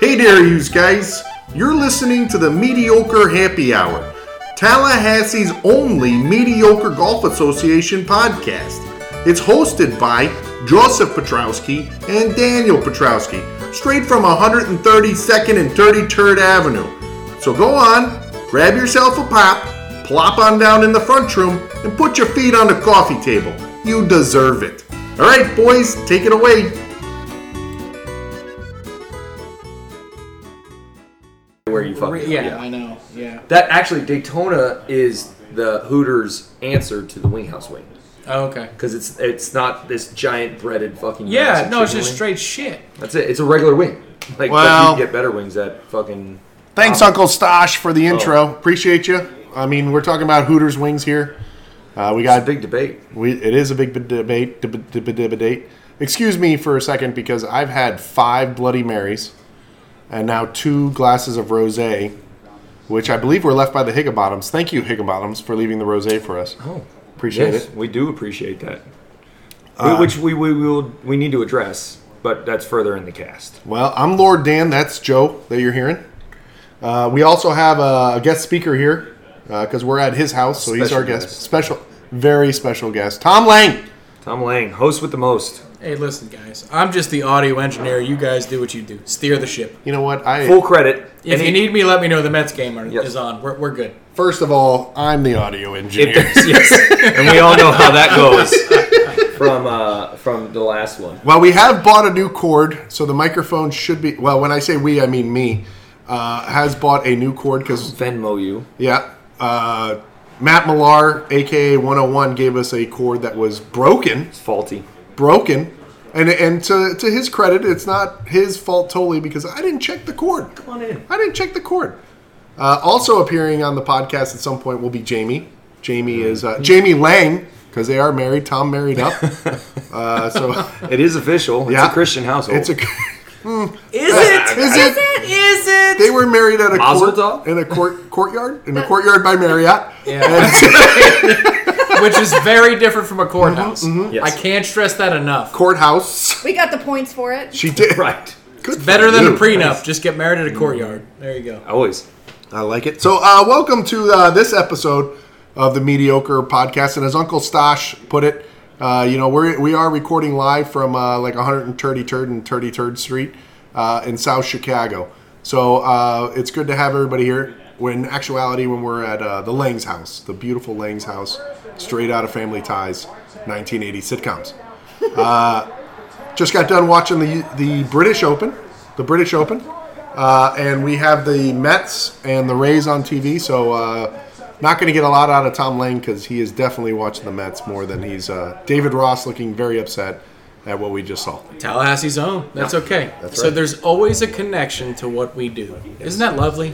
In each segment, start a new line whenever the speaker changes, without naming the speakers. Hey there, you guys! You're listening to the Mediocre Happy Hour, Tallahassee's only mediocre golf association podcast. It's hosted by Joseph Petrowski and Daniel Petrowski, straight from 132nd and 33rd Avenue. So go on, grab yourself a pop, plop on down in the front room, and put your feet on the coffee table. You deserve it. All right, boys, take it away.
where you fuck
Re-
it up.
yeah.
yeah.
I know. Yeah.
That actually Daytona is the Hooters answer to the Winghouse wing
Oh, okay.
because it's it's not this giant breaded fucking
Yeah.
massive
No, it's
chicken
just
wing.
straight shit.
That's it. It's a regular wing. Like
Well-
but you get better wings at fucking
Thanks, Uncle Stosh, for the intro. Appreciate you. I mean, we're talking about Hooters wings here. Uh, we
a
got
big debate.
we, it is a big b- debate. deb- deb- deb- debate. Excuse me for a second because I've had five Bloody Marys and now two glasses of rosé, which I believe were left by the Higginbottoms. Thank you, Higginbottoms, for leaving the rosé for us.
Oh,
Appreciate it. Uh,
We do appreciate that, We- which we, we will we need to address, but that's further in the cast.
Well, I'm Lord Dan. That's Joe that you're hearing. Uh, we also have a guest speaker here because we're at his house, so he's
Special
our guest.
guest.
Special, very special guest, Tom Lang.
Tom Lang, host with the most,
Hey, listen, guys. I'm just the audio engineer. You guys do what you do. Steer the ship.
You know what? I
full credit.
If
Any-
you need me, let me know. The Mets game are,
Yes.
is on. We're, we're good.
first of all, I'm the audio
if
engineer.
there's- yes, and we all know how that goes from uh, from the last one.
well, we have bought a new cord, so the microphone should be. Well, when I say we, I mean me. Uh, has bought a new cord because
Venmo you.
yeah, uh, Matt Millar, aka 101, gave us a cord that was broken.
It's faulty.
broken. And and to, to his credit, it's not his fault totally because I didn't check the cord.
Come on in.
I didn't check the cord. Uh, also appearing on the podcast at some point will be Jamie. Jamie is
Mm-hmm.
uh, Jamie Lang because they are married. Tom married up. Uh, so
It is official. It's
Yeah.
a Christian household.
it's a
Is
it? Is it?
Is it?
they were married at a
Mazel
court,
tov.
in a court courtyard in a courtyard by Marriott.
Yeah. Which is very different from a courthouse.
Yes.
I can't stress that enough.
Courthouse.
We got the points for it.
She did
right.
Good for
Better than
you.
a prenup. Just get married at a courtyard. There you go.
Always.
I like it. So, uh, welcome to uh, this episode of the Mediocre Podcast. And as Uncle Stosh put it, uh, you know, we're, we are recording live from uh, like 133rd and 33rd Street uh, in South Chicago. So, uh, it's good to have everybody here. When in actuality, when we're at uh, the Lang's house, the beautiful Lang's house, straight out of Family Ties, 1980 sitcoms. Uh, Just got done watching the the British Open, the British Open, uh, and we have the Mets and the Rays on TV. So uh, not going to get a lot out of Tom Lane because he is definitely watching the Mets more than he's uh, David Ross looking very upset at what we just saw.
Tallahassee's own. That's okay. so
right.
there's always a connection to what we do. Isn't that lovely?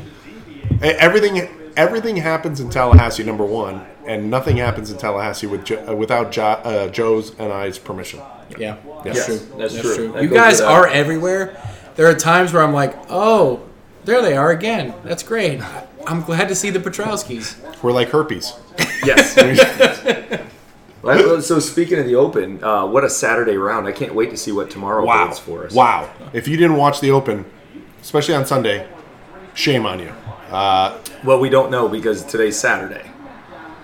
E- Everything everything happens in Tallahassee, number one, and nothing happens in Tallahassee with jo- uh, without jo- uh, Joe's and I's permission.
Yeah,
Yes.
that's true.
That's true. That
You
goes
guys
without-
are everywhere. There are times where I'm like, oh, there they are again. That's great. I'm glad to see the Petrowskis.
We're like herpes.
Yes. Well, so speaking of the Open, uh, what a Saturday round! I can't wait to see what tomorrow
Wow.
holds for us.
Wow. If you didn't watch the Open, especially on Sunday, shame on you.
Well, we don't know because today's Saturday.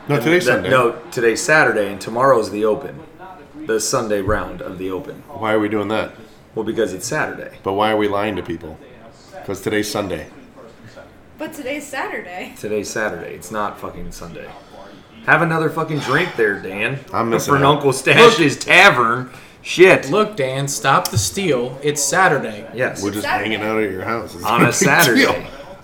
No, today's
That-
Sunday.
No, today's Saturday and tomorrow's the Open, the Sunday round of the Open.
Why are we doing that?
Well, because it's Saturday.
But why are we lying to people? Because today's Sunday.
But today's Saturday.
Today's Saturday. It's not fucking Sunday. Have another fucking drink there, Dan.
I'm missing
from
out.
Uncle Stash's tavern. Shit.
Look, Dan, stop the steal. It's Saturday.
Yes.
We're just
Saturday.
hanging out at your house. It's
On
no
a
big
Saturday.
deal.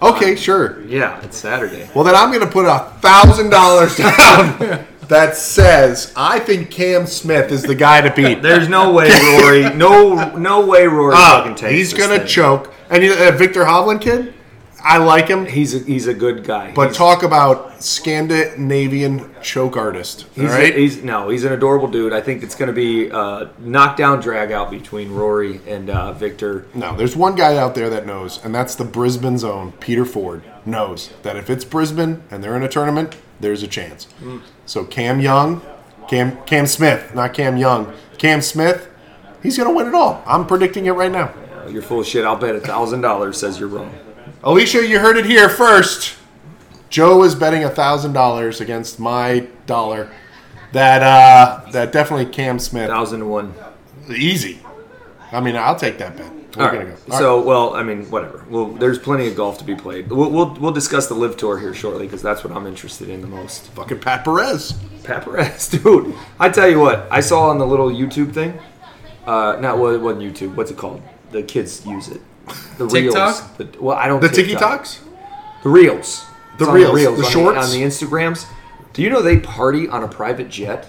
Okay, sure.
yeah, it's Saturday.
Well, then I'm going to put a thousand dollars down that says I think Cam Smith is the guy to beat.
There's no way, Rory. No, no way, Rory.
Ah,
fucking takes
he's
this
going to
thing.
choke. And you, uh, Victor Hovland kid, I like him.
He's a, he's a good guy.
But
he's,
talk about Scandinavian choke artist. All
he's,
right.
he's no, he's an adorable dude. I think it's going to be a knockdown drag out between Rory and uh, Victor.
No, there's one guy out there that knows, and that's the Brisbane's own Peter Ford knows that if it's Brisbane and they're in a tournament, there's a chance. So Cam Young, Cam Cam Smith, not Cam Young, Cam Smith, he's gonna win it all. I'm predicting it right now.
Uh, You're full of shit. I'll bet a thousand dollars says you're wrong.
Alicia, you heard it here first. Joe is betting thousand dollars against my dollar. That uh, that definitely Cam Smith.
Thousand to one.
Easy. I mean, I'll take that bet. We're
All
gonna
right.
All
so, well, I mean, whatever. Well, there's plenty of golf to be played. We'll we'll, we'll discuss the live tour here shortly because that's what I'm interested in the most.
right. fucking Pat Perez.
Paparazzi, dude. I tell you what, I saw on the little YouTube thing. Uh, not what it wasn't YouTube. What's it called? The kids use it. The reels.
TikTok?
The, well, I don't.
The Tiki
TikTok.
Talks.
The reels.
The
It's on
reels, the
on
shorts?
on the Instagrams. Do you know they party on a private jet?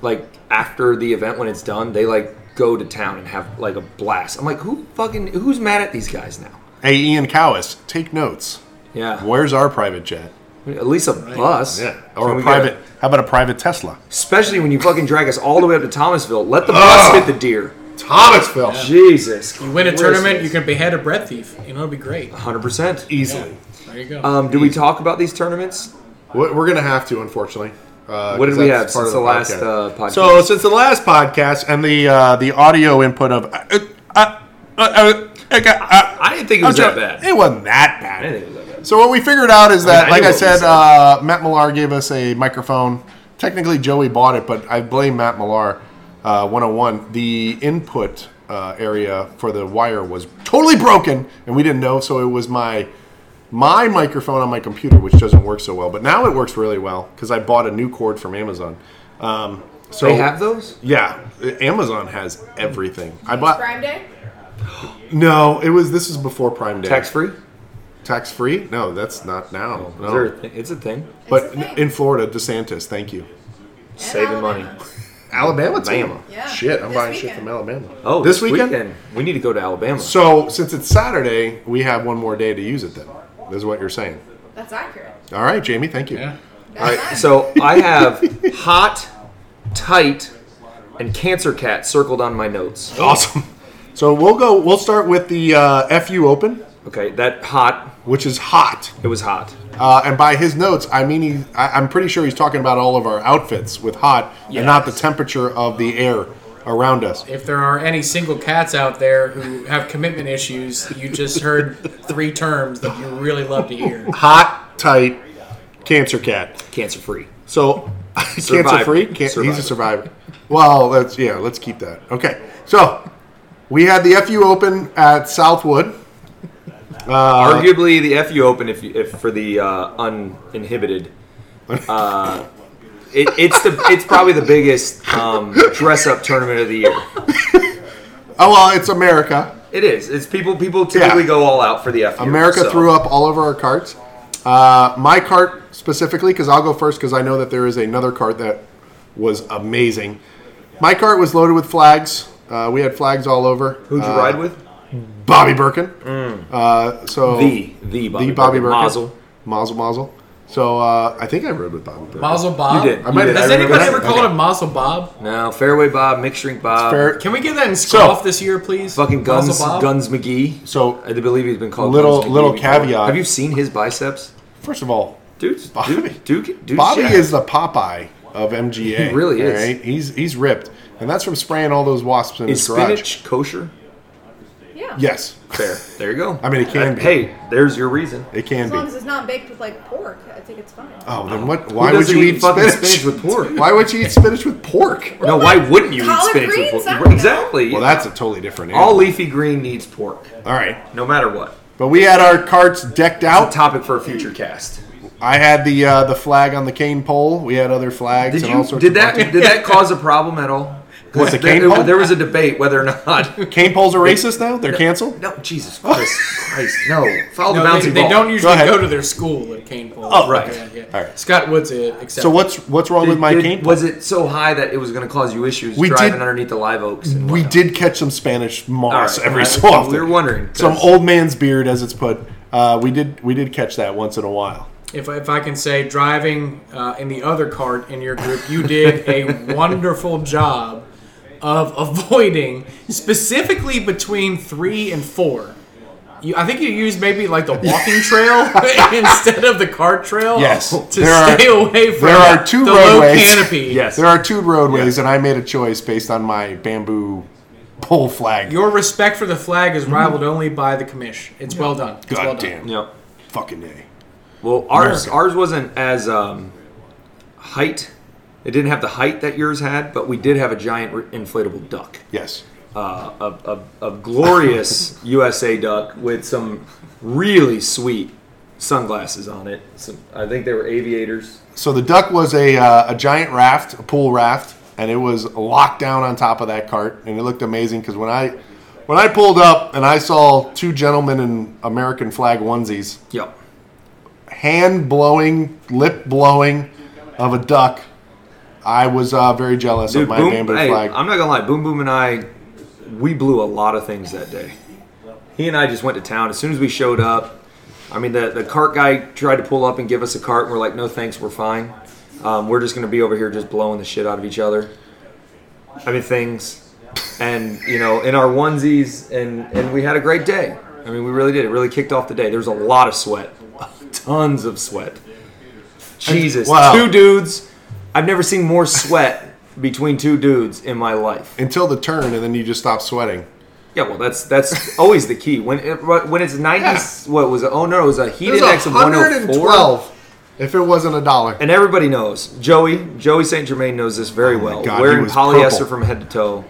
Like after the event when it's done, they like go to town and have like a blast. I'm like, who fucking who's mad at these guys now?
Hey, Ian Cowis, take notes.
Yeah,
Where's our private jet?
at least a bus. Can
Or
we
a
get
private? How about a private Tesla?
especially when you fucking drag us all the way up to Thomasville. Let the bus hit the deer.
Thomasville.
Jesus.
You win a tournament, you can behead a bread thief. You know, it'd be great.
100%.
Easily.
There you go.
Um, do we talk about these tournaments?
We- We're gonna have to, unfortunately. Uh,
What did
'cause
we
that's
have
part
since
of
the, last
podcast.
uh, podcast?
So since the last podcast and the uh, the audio input of uh, uh, uh, uh, uh,
I didn't think
Oh,
it was that bad.
It wasn't that
I didn't
bad.
think it was that bad.
So what we figured out is that,
I
like
knew
I
what we
said,
said.
uh, Matt Millar gave us a microphone. Technically, Joey bought it, but I blame Matt Millar. Uh, 101. The input uh, area for the wire was totally broken, and we didn't know. So it was my my microphone on my computer, which doesn't work so well. But now it works really well because I bought a new cord from Amazon. Um, so
They have those?
yeah, uh, Amazon has everything. I bought.
Prime Day?
No, it was. This is before Prime Day.
Tax free?
tax free? No, that's not now.
Is
No.
there a thi- it's a thing.
but
It's a thing.
in Florida, DeSantis. Thank you.
And
Saving
Alabama.
money.
Alabama, too.
Alabama.
Yeah,
Shit, I'm
this
buying shit
weekend.
from Alabama.
Oh,
this weekend?
We need to go to Alabama.
So since it's Saturday, we have one more day to use it. Then is what you're saying.
That's accurate.
All right, Jamie. Thank you.
yeah.
That's
All right,
accurate.
so I have hot, tight, and cancer cat circled on my notes.
Awesome. So we'll go. We'll start with the uh, FU Open,
Okay, that hot,
which is hot.
it was hot.
Uh, and by his notes, I mean he, I, I'm pretty sure he's talking about all of our outfits with hot and not the temperature of the air around us.
If there are any single cats out there who have commitment issues, you just heard three terms that you really love to hear.
Hot, tight, cancer cat.
Cancer free.
So cancer free. Can- he's
Survivor.
a survivor. Well, that's yeah. Let's keep that. Okay. So we had the FU Open at Southwood. Uh,
Arguably, the FU Open, if, you, if for the uh, uninhibited, uh, it, it's the it's probably the biggest um, dress up tournament of the year.
Oh well, it's America.
It is. It's people people typically
Yeah.
go all out for the FU.
America
so-
threw up all of our carts. Uh, my cart specifically, because I'll go first because I know that there is another cart that was amazing. My cart was loaded with flags. Uh, we had flags all over.
Who'd you
Uh,
ride with? Mm.
Bobby Birkin. Uh, so
The the Bobby,
the Bobby Birkin.
Birkin. Mazel.
Mazel mazel. So uh, I think I rode with Bobby Birkin.
Mazel Bob.
You did. I
might have-
Does
I remember
anybody
that.
ever call
Okay.
it a Mazel Bob?
No, fairway Bob, mixed drink Bob,
Fair-
Can we get that in scoff this year, please?
fucking guns,
Mazel Bob?
guns McGee.
So
I believe he's been called
Little-
Guns McGee
little
before.
caveat.
Have you seen his biceps,
first of all,
dude?
Bobby-
dude, dude, dude
Bobby
yeah.
is the Popeye of MGA.
He really is.
all right? He's he's ripped, and that's from spraying all those wasps in
Is
his garage.
spinach kosher.
yeah.
Yes,
Fair. There you go. Uh,
I mean, it can be.
Hey, there's your reason.
it can
As
be.
long as it's not baked with like pork, I think it's fine.
Oh, then what?
Who
Why would
doesn't
you eat
fucking
spinach?
spinach with pork?
why would you eat spinach with pork?
No, why wouldn't you eat
Collard
spinach
greens?
with
I
pork?
don't know.
Exactly.
Well, that's a totally different. Animal.
all leafy green needs pork,
All right,
no matter what.
but we had our carts decked
A
out.
topic for a future cast.
I had the uh, the flag on the cane pole. We had other flags
Did
and
you?
all sorts.
Did
of
that?
buttons.
Did that cause a problem at all?
What, the cane
there,
pole?
there was a debate whether or not.
Cane poles are racist now. They're canceled.
No, Jesus Christ, Christ, no! Foul the
No, they,
bouncing
they
ball.
don't usually
ahead.
go, to their school at Cane Pole.
Oh,
right.
All right.
Scott Woods uh, accepted.
So what's what's wrong with my
Did-
cane pole?
was it so high that it was going to cause you issues
We
driving
did-
underneath the live oaks? And
We
whatnot?
did catch some Spanish
All
moss
right,
every
I-
so often.
We were wondering.
some
'cause-
old man's beard, as it's put. Uh, we did we did catch that once in a while.
if, if I can say, driving uh, in the other cart in your group, you did a wonderful job of avoiding, specifically between three and four. You, I think you used maybe like the walking trail instead of the cart trail.
Yes.
to
There
stay
are-
away from
there are two
the
roadways.
low canopy.
Yes.
There are two roadways, and I made a choice based on my bamboo whole flag.
Your respect for the flag is rivaled only by the commish. It's well done. It's
Mm-hmm.
well
God
done.
damn.
Yep.
Fucking A.
Well, ours
America.
ours wasn't as um, height. It didn't have the height that yours had, but we did have a giant re- inflatable duck,
Yes.
uh, a, a, a glorious USA duck with some really sweet sunglasses on it. Some, I think they were aviators.
So the duck was a, uh, a giant raft, a pool raft, and it was locked down on top of that cart, and it looked amazing because when I when I pulled up and I saw two gentlemen in American flag onesies,
Yep.
hand blowing, lip blowing of a duck, I was uh, very jealous of
Dude,
my
Boom,
Bamboo
hey,
flag.
I'm not gonna lie, Boom Boom and I, we blew a lot of things that day. He and I just went to town. As soon as we showed up, I mean, the, the cart guy tried to pull up and give us a cart, and we're like, no thanks, we're fine. Um, we're just gonna be over here just blowing the shit out of each other. I mean, things, and you know, in our onesies, and and we had a great day. I mean, we really did. It really kicked off the day. There was a lot of sweat, tons of sweat. Jesus,
Wow.
two dudes. I've never seen more sweat between two dudes in my life.
Until the turn, and then you just stop sweating.
Yeah, well, that's that's always the key. When it, when it's ninety,
Yeah.
what was it? Oh no, it was a heat
It was
index of one hundred four.
112 if it wasn't a dollar.
And everybody knows Joey. Joey Saint Germain knows this very well.
Oh God, he
Wearing
was
polyester
purple.
from head to toe,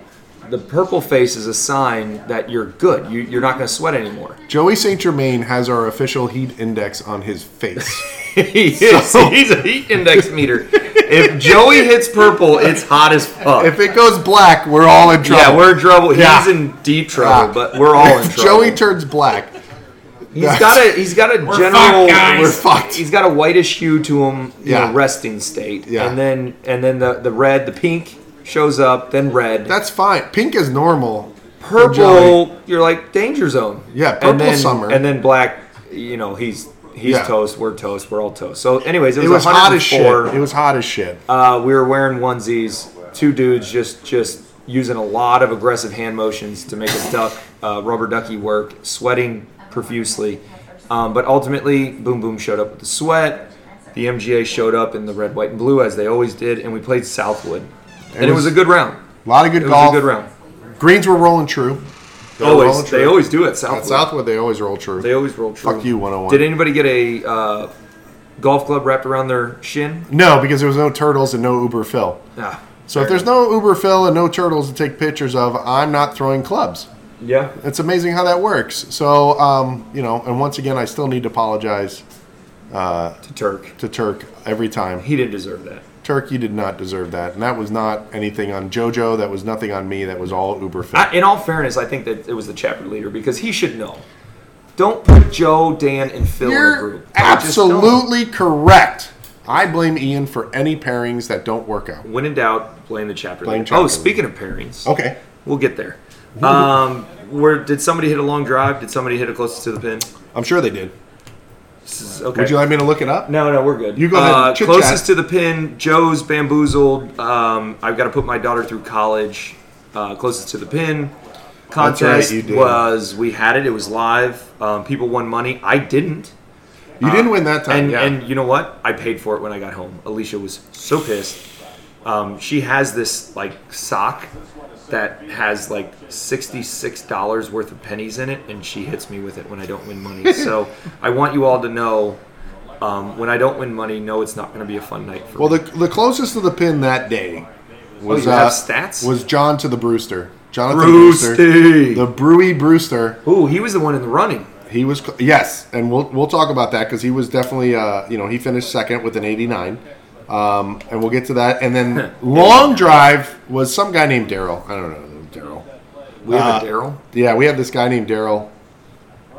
the purple face is a sign that you're good. You, you're not going to sweat anymore.
Joey St. Germain has our official heat index on his face.
he is, He's a heat index meter. if Joey hits purple, it's hot as fuck.
if it goes black, we're all in trouble.
Yeah, we're in trouble.
Yeah.
He's in deep trouble,
Yeah.
but we're all in
If
trouble.
Joey turns black.
He's got a he's got a general
fucked, guys.
We're fucked.
He's got a whitish hue to him, you
Yeah.
know, resting state.
Yeah.
And then and then the, the red, the pink shows up, then red.
That's fine. Pink is normal.
purple,
Joey.
you're like danger zone.
Yeah,
and
purple
then,
summer.
And then black, you know, he's he's
Yeah.
toast, we're toast, we're all toast. So anyways, it
It
was,
was hot as shit.
104.
It was hot as shit.
Uh, we were wearing onesies. Two dudes just just using a lot of aggressive hand motions to make a duck, uh, rubber ducky work, sweating profusely. Um, but ultimately, Boom Boom showed up with the sweat. The MGA showed up in the red, white, and blue as they always did, and we played Southwood, and it was,
was-
a good round.
A lot of good
It
golf.
was a good round.
Greens were rolling true. They were rolling
Always,
true.
they always do at Southwood.
At Southwood, they always roll true.
They always roll true.
Fuck you, 101.
Did anybody get a uh, golf club wrapped around their shin?
no, because there was no turtles and no Uber Phil.
Ah,
So if there's no Uber Phil and no turtles to take pictures of, I'm not throwing clubs.
yeah,
It's amazing how that works. So, um, you know, and once again, I still need to apologize
to Turk.
to Turk every time.
He didn't deserve that.
Turk, you did not deserve that. And that was not anything on JoJo. That was nothing on me. That was all Uber Phil.
I, in all fairness, I think that it was the chapter leader because he should know. Don't put Joe, Dan, and Phil in a
You're
group. I just don't.
absolutely correct. I blame Ian for any pairings that don't work out.
When in doubt, blame the chapter
Blame
leader.
chapter
oh,
leader.
speaking of pairings,
Okay.
we'll get there. Um, where did somebody hit a long drive? Did somebody hit it closest to the pin?
I'm sure they did.
This is- Okay.
Would you like me to look it up?
no, no, we're good.
You go ahead and
Uh,
chit-chat.
closest to the pin, Joe's bamboozled. Um, I've got to put my daughter through college. Uh, closest to the pin
right,
contest
you did.
was we had it. It was live. Um, people won money. I didn't.
You didn't win that time.
And
yeah.
and you know what? I paid for it when I got home. Alicia was so pissed. Um, she has this like sock that has like sixty six dollars worth of pennies in it, and she hits me with it when I don't win money. so I want you all to know. Um, when I don't win money, no, it's not going to be a fun night for
well,
me.
the, the closest to the pin that day was
you have
uh,
stats?
was John to the Brewster. Jonathan
Brewsty.
Brewster. The Brewy Brewster.
Ooh, he was the one in the running.
He was cl- yes, and we'll we'll talk about that because he was definitely uh, you know he finished second with an 89, um, and we'll get to that. And then long drive was some guy named Daryl. I don't know Daryl.
We have
Uh,
a Daryl.
Yeah, we have this guy named Daryl,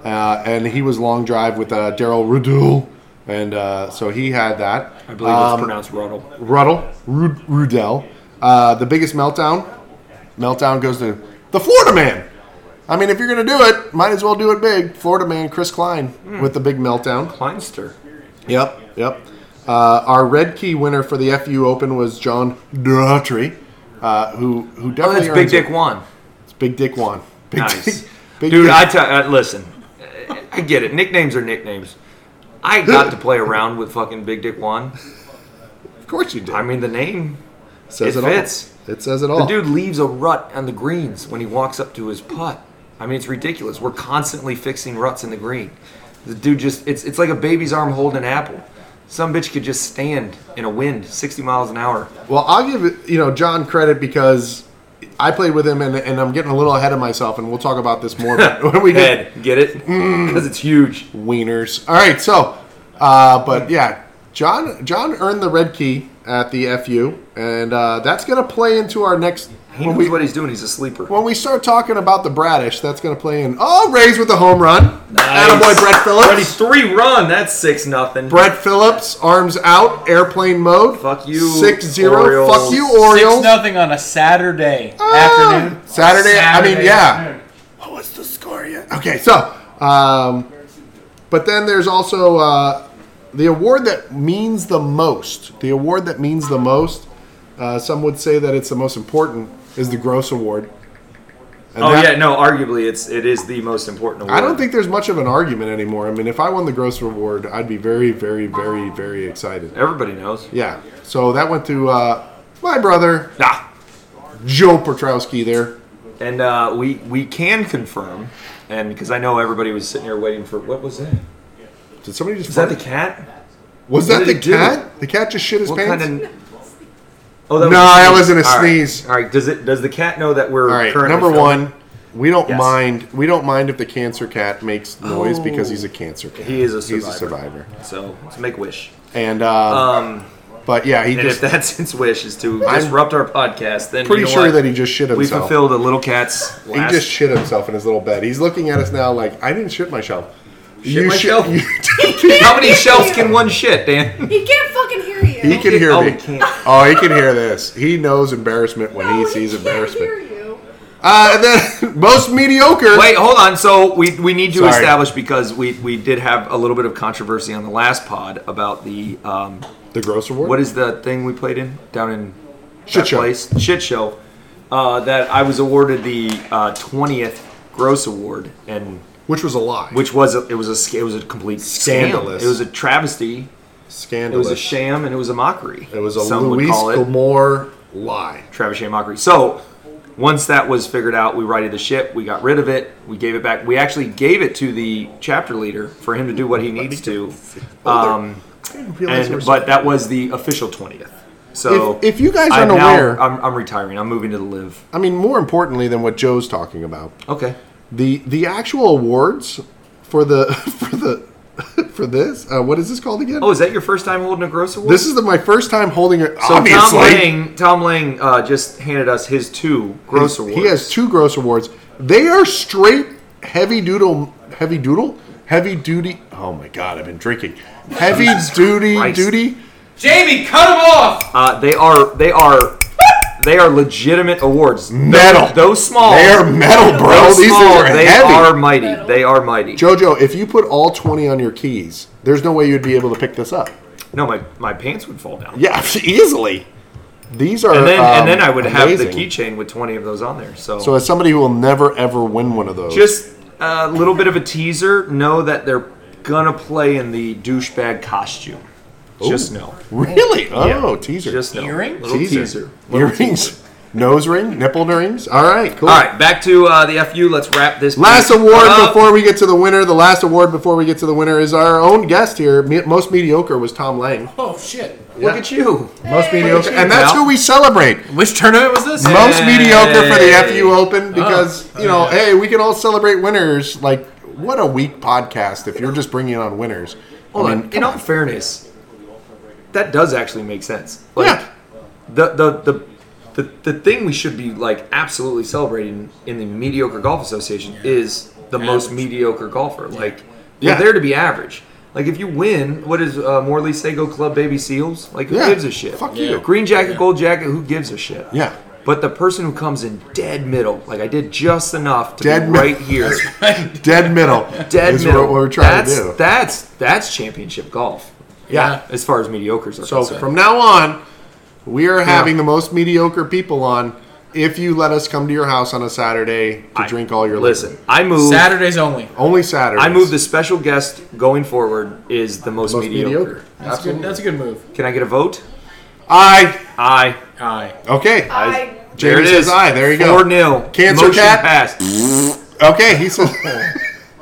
uh, and he was long drive with uh, Daryl Rudell, and uh, so he had that.
I believe
um,
it's pronounced Ruddle.
Ruddle Rud- Rudell. Uh, the biggest meltdown. Meltdown goes to the Florida man. I mean, if you're gonna do it, might as well do it big. Florida man, Chris Klein, with the big meltdown.
Kleinster.
Yep, yep. Uh, our red key winner for the FU Open was John Daughtry, uh, who who
Oh,
definitely
that's Big
earns it.
Dick Juan.
It's Big Dick Juan. Big
Nice.
Dick, Big
Dude,
Dick.
I tell uh, listen, uh, I get it. Nicknames are nicknames. I got to play around with fucking Big Dick Juan.
of course you did.
I mean, the name
Says
it
all.
fits.
It says it
The
all.
dude leaves a rut on the greens when he walks up to his putt. I mean, it's ridiculous. We're constantly fixing ruts in the green. The dude just, it's, it's like a baby's arm holding an apple. Some bitch could just stand in a wind 60 miles an hour.
Well, I'll give you know John credit because I played with him, and, and I'm getting a little ahead of myself, and we'll talk about this more when we get Mm.
Head, get it? Because it's huge.
wieners. All right, so, uh, but yeah, John John earned the red key at the FU, and uh, that's gonna play into our next.
He
when
knows
we,
what he's doing. He's a sleeper.
when we start talking about the Bradish, that's going to play in. Oh, Rays with the home run.
Nice.
Attaboy, Brett Phillips.
Already three run. That's six nothing.
Brett Phillips, arms out, airplane mode.
Fuck you,
6 0.
Orioles.
Fuck you, Orioles.
Six nothing on a Saturday
Ah!
afternoon.
Saturday, I mean,
Saturday
yeah.
afternoon.
Oh, what's the score yet? Okay, so, um, but then there's also uh, the award that means the most. The award that means the most. Uh, some would say that it's the most important is the Gross Award. And
Oh
that-
yeah, no. Arguably, it's it is the most important award.
I don't think there's much of an argument anymore. I mean, if I won the gross reward, I'd be very, very, very, very excited.
everybody knows.
Yeah. So that went to uh, my brother
Nah.
Joe Petrowski there.
And uh, we we can confirm, and because I know everybody was sitting here waiting for what was that?
Did somebody just
Is that the
fart?
cat?
was
what
that
did
the
it do?
cat? The cat just shit his
What
pants.
kind of? Oh, that
No,
a
that
sneeze.
wasn't a
All right.
sneeze.
All right. Does it? Does the cat know that we're
All right.
currently
Number
filming?
one, we don't
Yes.
mind. We don't mind if the cancer cat makes noise because
Oh.
he's a cancer cat.
He is a
He's a
survivor.
survivor.
So let's make wish.
And uh,
Um,
but yeah, he
and
just.
if that's its wish is to
I'm
disrupt our podcast, then
Pretty
you know
sure
what?
that he just shit
we
himself.
fulfilled a little cat's
He
last
just shit himself in his little bed. He's looking at us now like I didn't shit myself.
my
shit-
shelf?
you-
How many shelves can one shit, Dan?
He can't fucking hear you.
he can hear
Oh,
me.
he can't.
Oh, he can hear this. He knows embarrassment when
No,
he sees
can't hear
embarrassment.
you.
Uh, and then most mediocre.
Wait, hold on. So we, we need to
Sorry.
establish because we, we did have a little bit of controversy on the last pod about the um,
The gross award.
what is the thing we played in down in
Shit
that
show.
place shit show uh, that I was awarded the uh, twentieth gross award and
Which was a lie.
which was a, it was a sc- it was a complete scam.
Scandalous.
It was a travesty. It
scandalous.
was a sham and it was a mockery.
It was a
some would
Luis
call it.
Gilmore lie.
Travis Shea mockery. So once that was figured out, we righted the ship. We got rid of it. We gave it back. We actually gave it to the chapter leader for him to do what he needs to. Um, and but that was the official twentieth. So
If- if you guys
I'm
aren't
now-
aware-
I'm, I'm retiring. I'm moving to the live.
I mean, more importantly than what Joe's talking about,
Okay.
the the actual awards for the for the for this. Uh, what is this called again?
Oh, is that your first time holding a gross award?
This is the, my first time holding it.
so Tom
obviously.
Lang. Tom Lang uh, just handed us his two gross
He's-
awards.
He has two gross awards. They are straight heavy doodle, heavy doodle, heavy duty. Oh my god, I've been drinking. Heavy duty,
Christ.
duty.
Jamie, cut him off.
Uh, they are. They are. They are legitimate awards.
Metal.
Those, those small.
They are metal, bro.
Those
These
Oh. small,
things are
they
heavy.
are mighty. They are mighty.
Jojo, if you put all twenty on your keys, there's no way you'd be able to pick this up.
No, my, my pants would fall down.
Yeah, easily. These are.
And then
um,
and then I would have the
amazing.
keychain with twenty of those on there. So,
So as somebody who will never ever win one of those,
just a little bit of a teaser. Know that they're gonna play in the douchebag costume. Just know.
really? Oh,
Yeah.
teaser.
Just know.
Earring?
Little teaser. Little teaser.
Earrings. Nose ring, nipple rings. All right, cool.
All right, back to uh, the FU. Let's wrap this.
Last
piece
award
up.
before we get to the winner. The last award before we get to the winner is our own guest here. Me- most mediocre was Tom Lang.
Oh shit.
Look at you.
Most mediocre, and
you,
that's
pal.
who we celebrate.
Which tournament was this? Uh,
Most mediocre for the
Hey.
FU
Oh.
Open because you know, hey, we can all celebrate winners. Like, what a weak podcast if you're just bringing on winners.
Hold
I
on.
mean,
In all fairness, that does actually make sense. Like
Yeah.
the, the the the the thing we should be like absolutely celebrating in the mediocre golf association is the most mediocre golfer. Like you're
Yeah.
there to be average. Like if you win, what is uh, Morley Sego Club Baby Seals? Like who
Yeah.
gives a shit?
Fuck Yeah. you.
Green jacket, gold jacket. Who gives a shit?
Yeah.
But the person who comes in dead middle, like I did just enough to
Dead
be
mid-
right here
dead middle.
dead
is
middle.
what we're trying
that's,
to do.
That's that's championship golf.
Yeah.
as far as mediocres are
So
concerned.
from now on, we are having the most mediocre people on. If you let us come to your house on a Saturday to
I-
drink all your
listen,
liquor.
I move.
Saturdays only.
only Saturday.
I move the special guest going forward is the most,
most
mediocre.
mediocre.
That's good. That's a good move.
Can I get a vote?
I
Aye.
Aye.
okay.
I
There
Jamie
it
says
is.
aye. There you go.
Four nil.
Cancer
Motion
cat.
Passed.
Okay, he says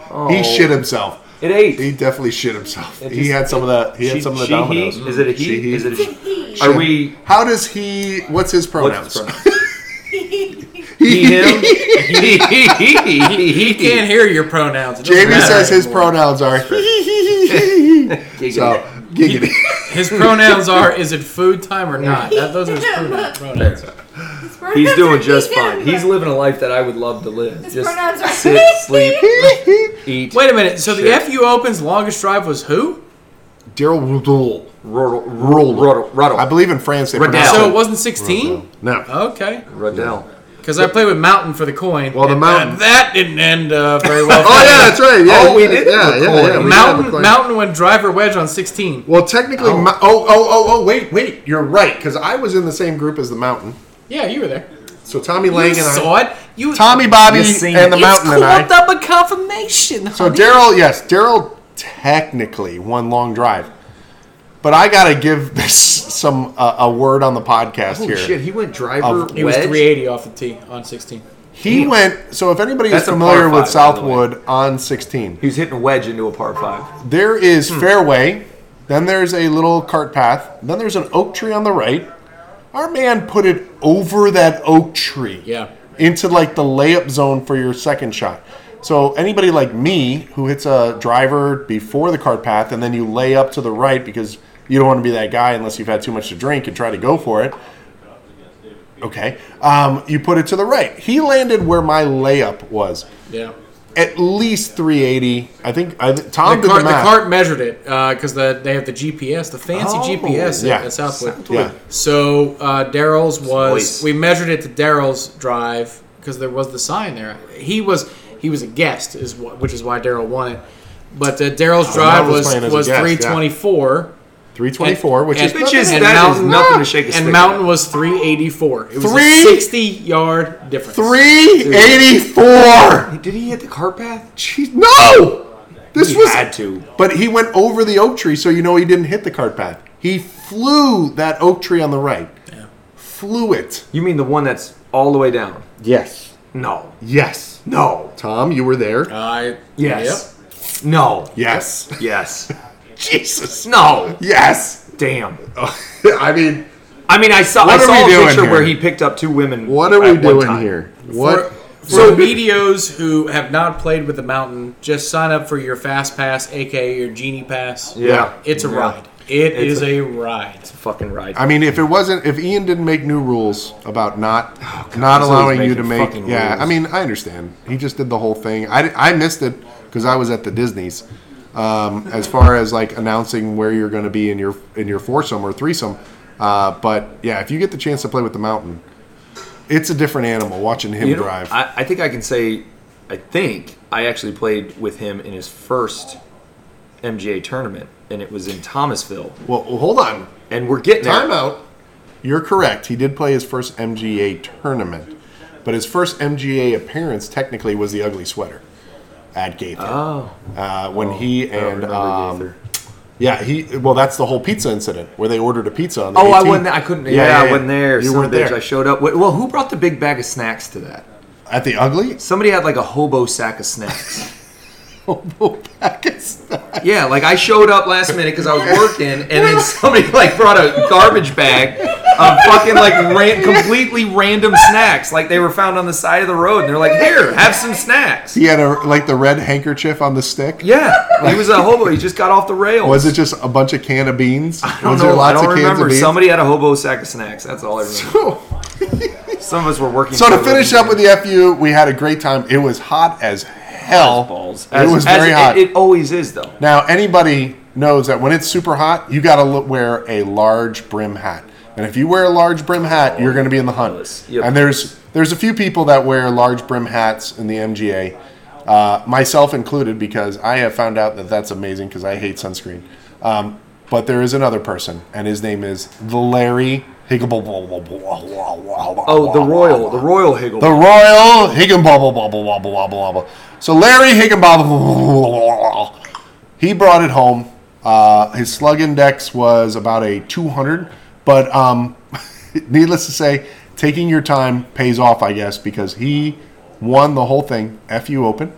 Oh.
he shit himself.
It ate.
He definitely shit himself.
It
he
just-
had some of that. He had some of the
she,
dominoes. Mm-hmm.
He? Is it a he?
She, he.
Is it a
It's a
she?
he.
Are we?
How does he? What's his pronouns?
What's the pronoun? he him? He he he he he
He can't hear your pronouns. It doesn't
Jamie
matter
says his
anymore.
pronouns are. so
Giggity.
giggity.
His pronouns are: is it food time or not? That, those are his
Yeah,
pronoun-
look.
pronouns.
His pronouns
He's
are
doing just
he,
fine.
him.
He's living a life that I would love to live.
His
just
pronouns are
sit, sleep, eat.
Wait a minute. So the
Shit.
FU Open's longest drive was who?
Daryl Rudol.
Ruddle, ruddle, ruddle,
I
uh,
believe in France they
Riddle.
pronounce
So
it.
it wasn't 16.
No.
Okay.
Ruddell.
Because I played with Mountain for the coin.
Well, the
and
Mountain-
That, that didn't end uh, very well.
Oh yeah, that's right. Yeah,
Oh, we did
Yeah, yeah,
record.
yeah, we did have a
Mountain
claim.
Mountain went driver wedge on 16.
Well, technically, oh. oh, oh, oh, oh, wait, wait. You're right because I was in the same group as the Mountain.
Yeah, you were there.
So Tommy Lang
you
and I,
saw it. You
Tommy Bobby
You seen
and
it.
the Mountain
it's
and I.
called up a confirmation.
So Daryl, yes, Daryl technically won long drive, but I gotta give this some uh, a word on the podcast
Holy
here. Um,
shit, he went driver
Of-
wedge.
He was 380 off the tee on 16.
He went. So if anybody
That's
is
a par
familiar with
five, by the way.
Southwood on 16,
He was hitting a wedge into a par five.
there is
Hmm.
fairway, then there's a little cart path, then there's an oak tree on the right. Our man put it over that oak tree.
Yeah.
Into like the layup zone for your second shot. So anybody like me who hits a driver before the cart path and then you lay up to the right because you don't want to be that guy unless you've had too much to drink and try to go for it. Okay. Um, you put it to the right. He landed where my layup was.
Yeah.
At least 380. I think I, th- Tom
The
did
cart,
the
the
math.
cart measured it because the, they have the GPS, the fancy GPS at-
yeah.
at Oh. Southwood.
Yeah.
So uh, Daryl's was
Voice.
we measured it to Daryl's drive because there was the sign there. He was he was a guest is wh- which is why Daryl won it. But uh, Daryl's drive
Mountain was
was
Oh, playing as
was,
a guest, yeah.
324.
324, which
and-
is
Which is,
And
that is
Mountain-
nothing to shake a stick
And
at.
Mountain was 384. It was
Three-
a 60 yard difference.
384.
Did he hit the cart path?
Jeez, no! This
He
was
had to.
But he went over the oak tree, so you know he didn't hit the cart path. He flew that oak tree on the right. Flew it.
You mean the one that's all the way down?
Yes.
No.
Yes.
No.
Tom, you were there.
I
Yes. No.
yes.
Yes.
Jesus.
No.
Yes.
Damn.
I mean,
I mean, I saw, I
What are
saw
we
a
doing
picture
here?
where he picked up two women.
what are we
at one
doing
time.
here? What?
For, for medios who have not played with the mountain, just sign up for your fast pass, aka your genie pass.
Yeah.
It's a
Yeah.
ride. It
It's
is
a-
a, ride.
Fucking right.
I mean, if it wasn't, if Ian didn't make new rules about not
Oh,
not
he's always
allowing you to
making
make,
fucking
yeah,
rules.
I mean, I understand. He just did the whole thing. I, di- I missed it because I was at the Disney's. Um, as far as like announcing where you're going to be in your in your foursome or threesome, uh, but yeah, if you get the chance to play with the mountain, it's a different animal watching him
You know,
drive.
I, I think I can say, I think I actually played with him in his first MGA tournament, and it was in Thomasville.
well, well, hold on,
And we're getting there.
timeout. You're correct. He did play his first MGA tournament, but his first MGA appearance technically was the ugly sweater at Gaither.
Oh,
uh, when he
I don't
and
remember
um,
Gaither.
yeah, he well, that's the whole pizza incident where they ordered a pizza on. The
oh, I
18th.
wasn't. there- I couldn't. Yeah, I wasn't there.
You
son
weren't
of a bitch.
there
I showed up. Wait, Well, who brought the big bag of snacks to that?
at the ugly.
Somebody had like a hobo sack of snacks.
Oh, Pakistan.
yeah, like I showed up last minute because I was working, and then somebody like brought a garbage bag of fucking like ran- completely random snacks. Like they were found on the side of the road, and they're like, "Here, have some snacks."
He had a like the red handkerchief on the stick.
Yeah, he was a hobo. He just got off the rails.
Was it just a bunch of can of beans?
I don't
was
know. I don't remember. Somebody had a hobo sack of snacks. That's all I remember.
So,
Some of us were working.
so to
for a
finish
living.
up with the FU, we had a great time. It was hot as hell.
balls.
it was very hot.
It, it always is though.
Now, anybody knows that when it's super hot, you got to wear a large brim hat. And if you wear a large brim hat, you're going to be in the hunt.
Yes, yep.
And there's there's a few people that wear large brim hats in the MGA, uh, myself included, because I have found out that that's amazing because I hate sunscreen. Um, but there is another person, and his name is the Larry Higginbobble.
Oh, the royal, the royal Higgle.
The Royal Higginbobble bobble bobble bobble bobble. So Larry Higginbobble, he brought it home. Uh, his slug index was about a 200, but um, needless to say, taking your time pays off, I guess, because he won the whole thing. FU Open.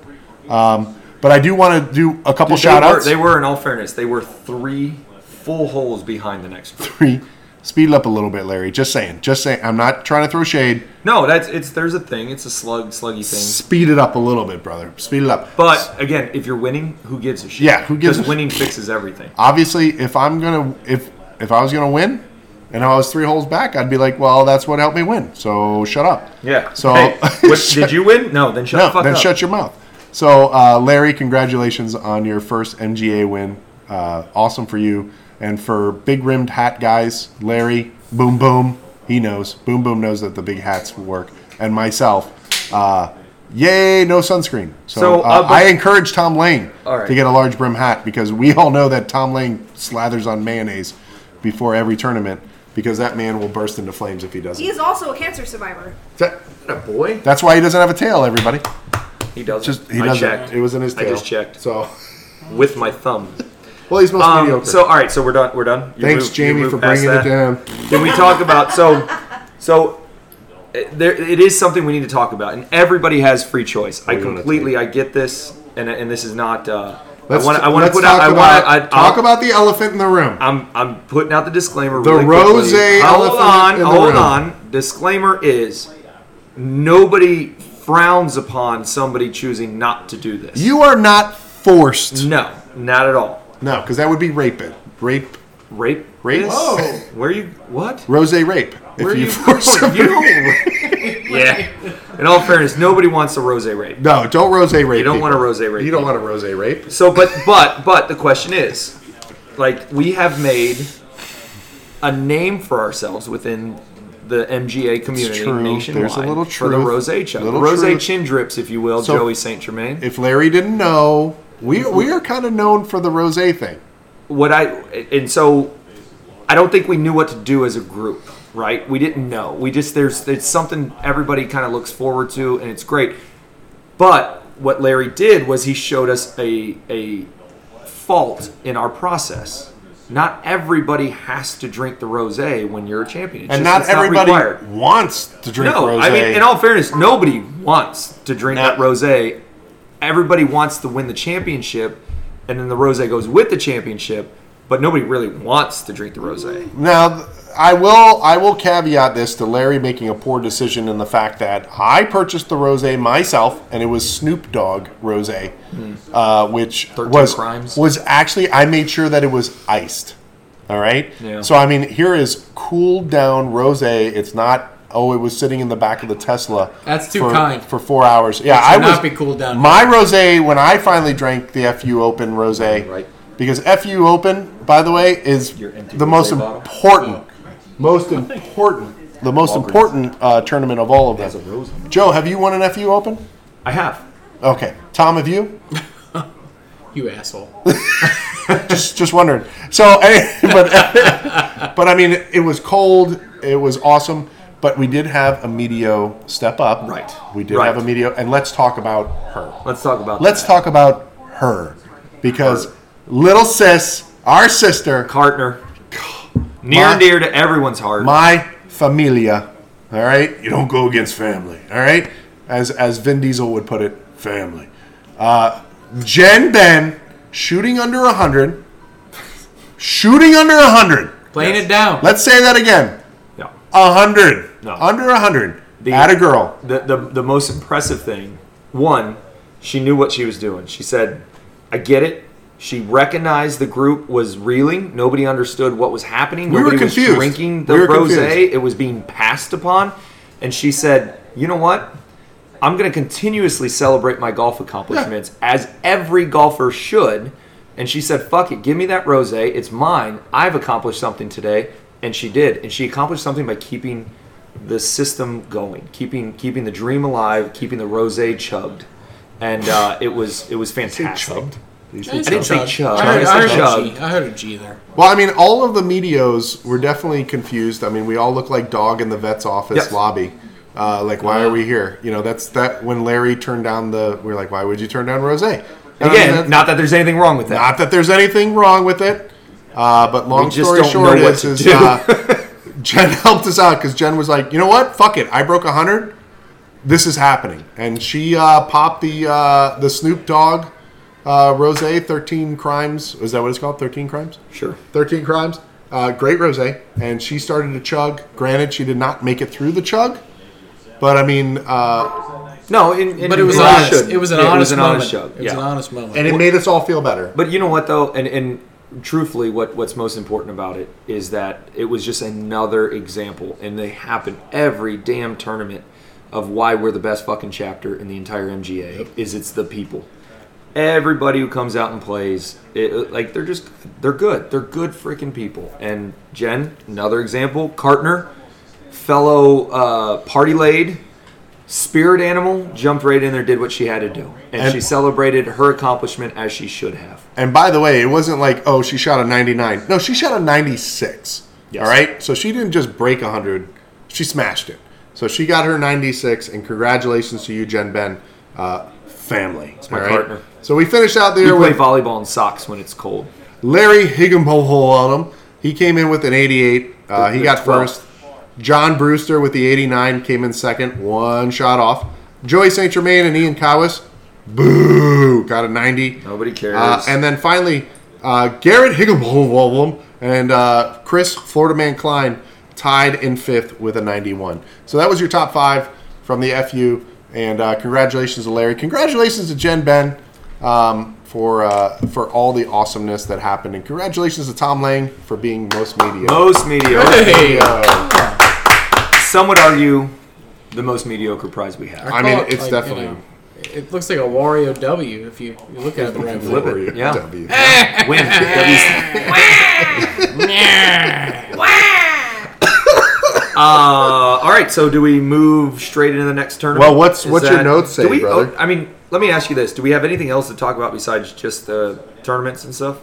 Um, but I do want to do a couple
They
shout
were-
outs.
They were, in all fairness, they were three full holes behind the next. group.
Three. Speed it up a little bit, Larry. Just saying. Just saying. I'm not trying to throw shade.
No, that's it's. There's a thing. It's a slug, sluggy thing.
Speed it up a little bit, brother. Speed it up.
But again, if you're winning, who gives a shit?
Yeah, who gives a
Because
sh-
winning fixes everything.
obviously if i'm gonna if if i was gonna win and i was three holes back i'd be like well that's what helped me win so shut up
Yeah.
so
Hey, what-
shut-
did you win? No. Then shut the
no
fuck
then
up.
shut your mouth so uh, larry congratulations on your first mga win uh, awesome for you and for big rimmed hat guys larry boom boom he knows boom boom knows that the big hats work and myself uh, yay no sunscreen so,
So,
uh,
uh, but-
i encourage Tom Lane
All right.
to get a large brim hat because we all know that Tom Lane slathers on mayonnaise before every tournament because that man will burst into flames if he doesn't.
He is also a cancer survivor.
That-
What a boy.
that's why he doesn't have a tail, everybody.
He doesn't.
Just he
I
doesn't.
checked.
It was in his
I
tail.
just checked.
So,
with my thumb.
well, he's most
Um,
mediocre.
so all right, so we're done. We're done. You
Thanks,
move- you
Jamie,
move
for
past
bringing
that.
it down.
Can we talk about so so uh, there it is something we need to talk about and everybody has free choice i
you wanna
completely i get this and and this is not uh
Let's,
i want i want to
let's
put
talk
out i
about,
want to
talk about the elephant in the room.
i'm i'm putting out the disclaimer
The
really quickly.
rosé
hold
elephant
on
in the
hold
room.
on disclaimer is nobody frowns upon somebody choosing not to do this
you are not forced.
no not at all
No, because that would be rape it. Rape,
rape
Rape?
this?
Whoa.
where you what
rose rape.
Where
If
you,
you force
going?
somebody.
You don't- yeah. In all fairness, nobody wants a rose rape.
No, don't rose rape.
You don't want
people.
a rose rape.
You don't want a rose rape.
So, but but but the question is, like, we have made a name for ourselves within the MGA community
true.
nationwide
There's a little
for the
truth.
rose chug,
Little
rose
truth.
chin drips, if you will,
So-
Joey Saint Germain.
if Larry didn't know, we we are kind of known for the rose thing.
what I and so I don't think we knew what to do as a group, right? We didn't know. We just there's it's something everybody kind of looks forward to, and it's great. But what Larry did was he showed us a a fault in our process. Not everybody has to drink the rosé when you're a champion, It's
And
just-
not
it's
everybody
required.
wants to drink
No,
rose.
I mean, in all fairness, nobody wants to drink
No.
that rosé. Everybody wants to win the championship, and then the rosé goes with the championship. But nobody really wants to drink the rosé.
now th- I will I will caveat this to Larry making a poor decision in the fact that I purchased the rose myself, and it was Snoop Dogg rose, uh, which
13
was
crimes.
was actually I made sure that it was iced. All right.
Yeah.
So I mean, here is cooled down rose. It's not. Oh, it was sitting in the back of the Tesla.
That's too
for-
kind.
for four hours. Yeah, I
should
was
not be cooled down.
My rosé when I finally drank the FU Open rosé,
Right.
Because FU Open, by the way, is
Your empty
the
rosé
most
bottle?
important, most important, the most important uh, tournament of all of
has a rose on
them. Joe, have you won an FU Open?
I have.
Okay, Tom, have you?
You asshole.
just just wondering. So, any- but but I mean, it was cold. It was awesome. But we did have a medio step up.
Right.
We did
Right.
have a medio, and let's talk about her.
Let's talk about.
Let's talk about her because little sis, our sister,
Partner, near
My-
and dear to everyone's heart.
my familia. All right, you don't go against family. All right, as as Vin Diesel would put it, family. Uh, Jen Ben shooting under hundred, shooting under hundred.
Playing it down.
Let's say that again.
yeah.
A hundred,
No.
under a hundred.
The-
At a girl.
the, the, the most impressive thing one she knew what she was doing she said i get it she recognized the group was reeling nobody understood what was happening
were
nobody was
confused.
drinking the
We were
rose
confused.
it was being passed upon and she said you know what i'm going to continuously celebrate my golf accomplishments as every golfer should and she said fuck it give me that rose it's mine i've accomplished something today and she did and she accomplished something by keeping the system going, keeping keeping the dream alive, keeping the rosé chugged, and uh, it was it was fantastic.
I
didn't say chug.
I heard, I heard
Chug.
a G. I heard a G there.
Well, I mean, all of the medios were definitely confused. I mean, we all look like dog in the vet's office
Yes. Uh-huh.
lobby. Uh, like, why are we here? You know, that's that. When Larry turned down the, we were like, why would you turn down Rose? Again,
Again, not that there's anything wrong with that.
not that there's anything wrong with it, uh, but long
just
story
don't
short
know what
is,
to
is
do.
uh, Jen helped us out because Jen was like, you know what? Fuck it. I broke 100. This is happening. And she uh, popped the uh, the Snoop Dogg uh, Rose 13 Crimes. Is that what it's called? 13 Crimes?
Sure.
13 Crimes. Uh, great rose. And she started to chug. Granted, she did not make it through the chug. But I mean, uh,
No, in, in,
But it was
in-
honest.
should.
It was an
Yeah,
honest
an
moment.
shove,
It was
yeah.
an honest moment.
and it made us all feel better.
But you know what though, and and truthfully, what what's most important about it is that it was just another example, and they happen every damn tournament of why we're the best fucking chapter in the entire MGA is it's the people. Everybody who comes out and plays, it, like they're just they're good, they're good freaking people. And Jen, another example, Kartner, fellow uh, party laid. Spirit animal jumped right in there, did what she had to do, and
And-
she celebrated her accomplishment as she should have.
And by the way, it wasn't like, oh, she shot a 99. No, she shot a 96.
Yes.
All right? So she didn't just break 100, she smashed it. So she got her 96, and congratulations to you, Jen Ben. Uh, family. It's
my partner.
So we finished out
We
there
play
with
volleyball in socks when it's cold.
Larry Higginbotham. He came in with an 88. Uh, he
The- the
got
12th.
first. John Brewster with the 89 came in second, one shot off. Joey St. Germain and Ian Cowis, boo, got a 90.
Nobody cares.
Uh, and then finally, uh, Garrett Higginbotham and uh, Chris Florida Man Klein tied in fifth with a 91. So that was your top five from the FU. And uh, congratulations to Larry. Congratulations to Jen Ben um, for uh, for all the awesomeness that happened. And congratulations to Tom Lang for being most mediocre.
most mediocre.
Hey!
Uh,
Some would argue the most mediocre prize we have.
I mean,
Well,
it's
like,
definitely
you know, it looks like a Wario W if you, you look at it the right way.
Flip it. Yeah.
W. E.
Win. W's. uh, all right. So do we move straight into the next tournament?
Well, what's- what's your notes say,
do we, oh,
brother?
I mean, let me ask you this: Do we have anything else to talk about besides just the tournaments and stuff?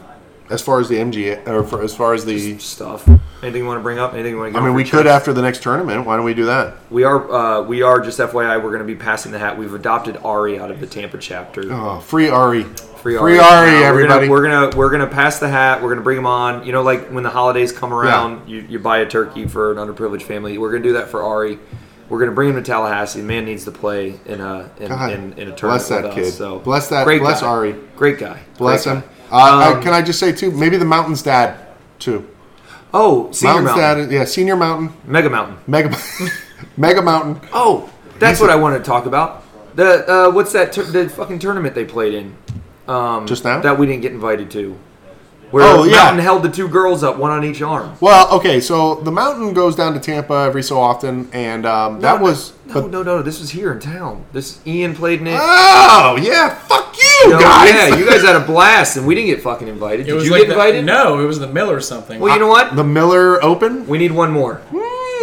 As far as the MG, or for, as far as the,
Stuff. Anything you want to bring up? Anything you want to?
I mean, we could after the next tournament. Why don't we do that?
We are. Uh, we are. Just FYI, we're going to be passing the hat. We've adopted Ari out of the Tampa chapter.
Oh, free Ari.
Free,
Free
Ari.
Ari,
Now,
everybody.
We're gonna, we're gonna we're gonna pass the hat. We're gonna bring him on. You know, like when the holidays come around, you, you buy a turkey for an underprivileged family. We're gonna do that for Ari. We're gonna bring him to Tallahassee. The man needs to play in a in,
God,
in, in a tournament.
bless that
with us.
kid.
So
Bless that-
Great
bless
guy.
Ari.
Great guy.
Bless
Great
him.
guy.
Uh,
Um,
uh, can I just say too? Maybe the mountain's dad too.
Oh, senior
mountain's
mountain,
dad, yeah, senior mountain,
mega mountain.
mega, mega mountain.
Oh, that's what I wanted to talk about. The uh, what's that? Tur- the fucking tournament they played in. Um,
Just now?
that we didn't get invited to. Where
Oh, yeah.
Mountain held the two girls up, one on each arm.
Well, okay, so the mountain goes down to Tampa every so often, and um, that was.
no,
but-
no, no. This was here in town. This Ian played in it.
oh yeah, fuck you
No,
guys.
Yeah, you guys had a blast, and we didn't get fucking invited.
It
Did
was
you
like
get invited?
The, no, it was the Mill or something.
Well, you know what?
the Miller Open.
We need one more.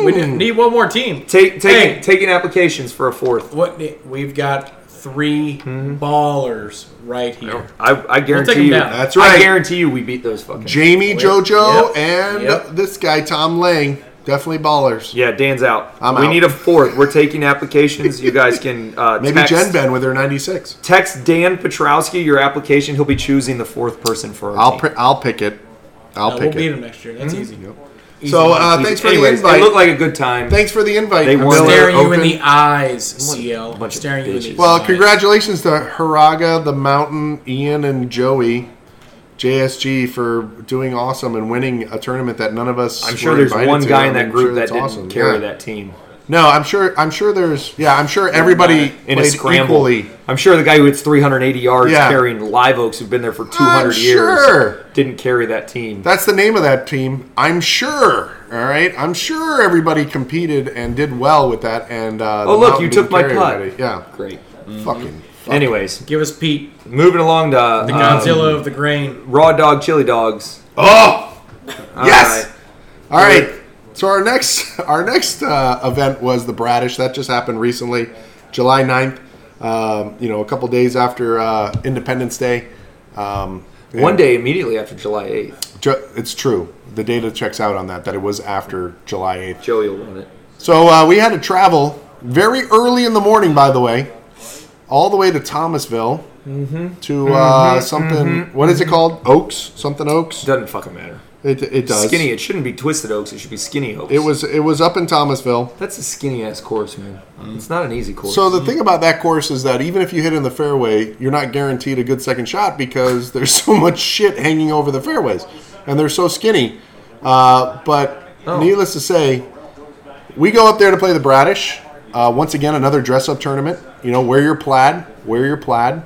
we didn't need one more team.
Take taking
Hey.
taking applications for a fourth.
What we've got 3
Mm-hmm.
ballers right here.
I, I guarantee
take 'em
you.
down.
That's
I
right.
guarantee you, we beat those fucking.
Jamie, JoJo,
Yep.
and
Yep.
this guy Tom Lang, definitely ballers.
yeah, Dan's out.
I'm
we
out.
need a fourth. We're taking applications. You guys can uh,
Maybe
text,
Jen Ben with her ninety six.
Text Dan Petrowski your application. He'll be choosing the fourth person for our
I'll
team.
pri- I'll pick it. I'll
Uh, we'll
pick
beat
it.
them next year.
Mm-hmm.
That's easy. Easy.
So uh,
Easy.
thanks for
Anyways,
the invite.
It looked like a good time.
thanks for the invite.
They won.
Miller
staring you in
Open.
the eyes, CL.
bunch of
staring you in the
bitches.
Well,
eyes.
congratulations to Haraga, the Mountain, Ian, and Joey, JSG, for doing awesome and winning a tournament that none of us.
I'm sure
were
there's
invited
one
to.
guy in
I'm
that group
sure
that
that's
didn't
awesome.
carry
Yeah.
that team.
No, I'm sure. I'm sure there's. Yeah, I'm sure everybody
in a
played
scramble.
equally.
I'm sure the guy who hits 380 yards
Yeah.
carrying Live Oaks, who've been there for 200
I'm
years,
sure.
didn't carry that team.
That's the name of that team. I'm sure. All right. I'm sure everybody competed and did well with that. And uh,
Oh,
the
look,
Mountain
you took
didn't
my
carry
putt.
everybody. Yeah.
Great.
Mm-hmm.
Fucking.
Anyways,
Give us Pete,
moving along to
the
uh,
Godzilla of the grain.
Raw Dog Chili Dogs.
Oh. Yes.
All right.
All right. So our next our next uh, event was the Bradish. That just happened recently, July 9th. Um, you know, a couple days after uh, Independence Day. Um, and
One day immediately after July 8th,
ju- it's true. The data checks out on that that it was after July 8th.
Joey will win it.
So uh, we had to travel very early in the morning, by the way, all the way to Thomasville
Mm-hmm.
to uh, something. what is it called? Oaks? Something Oaks?
Doesn't fucking matter.
It, it does.
Skinny. It shouldn't be twisted oaks. It should be skinny oaks.
It was it was up in Thomasville.
That's a skinny ass course, man. It's not an easy course.
So the thing about that course is that even if you hit in the fairway, you're not guaranteed a good second shot because there's so much shit hanging over the fairways, and they're so skinny. Uh, but
Oh.
needless to say, we go up there to play the Bradish. Uh, once again, another dress-up tournament. You know, wear your plaid, wear your plaid.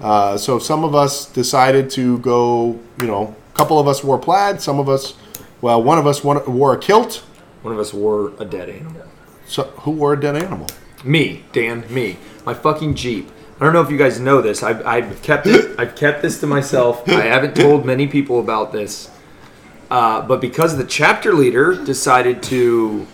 Uh, so some of us decided to go. You know, a couple of us wore plaid. Some of us, well, one of us won- wore a kilt.
One of us wore a dead animal.
So who wore a dead animal?
Me, Dan, me, my fucking Jeep. I don't know if you guys know this. I've, I've kept it. I've kept this to myself. I haven't told many people about this. Uh, but because the chapter leader decided to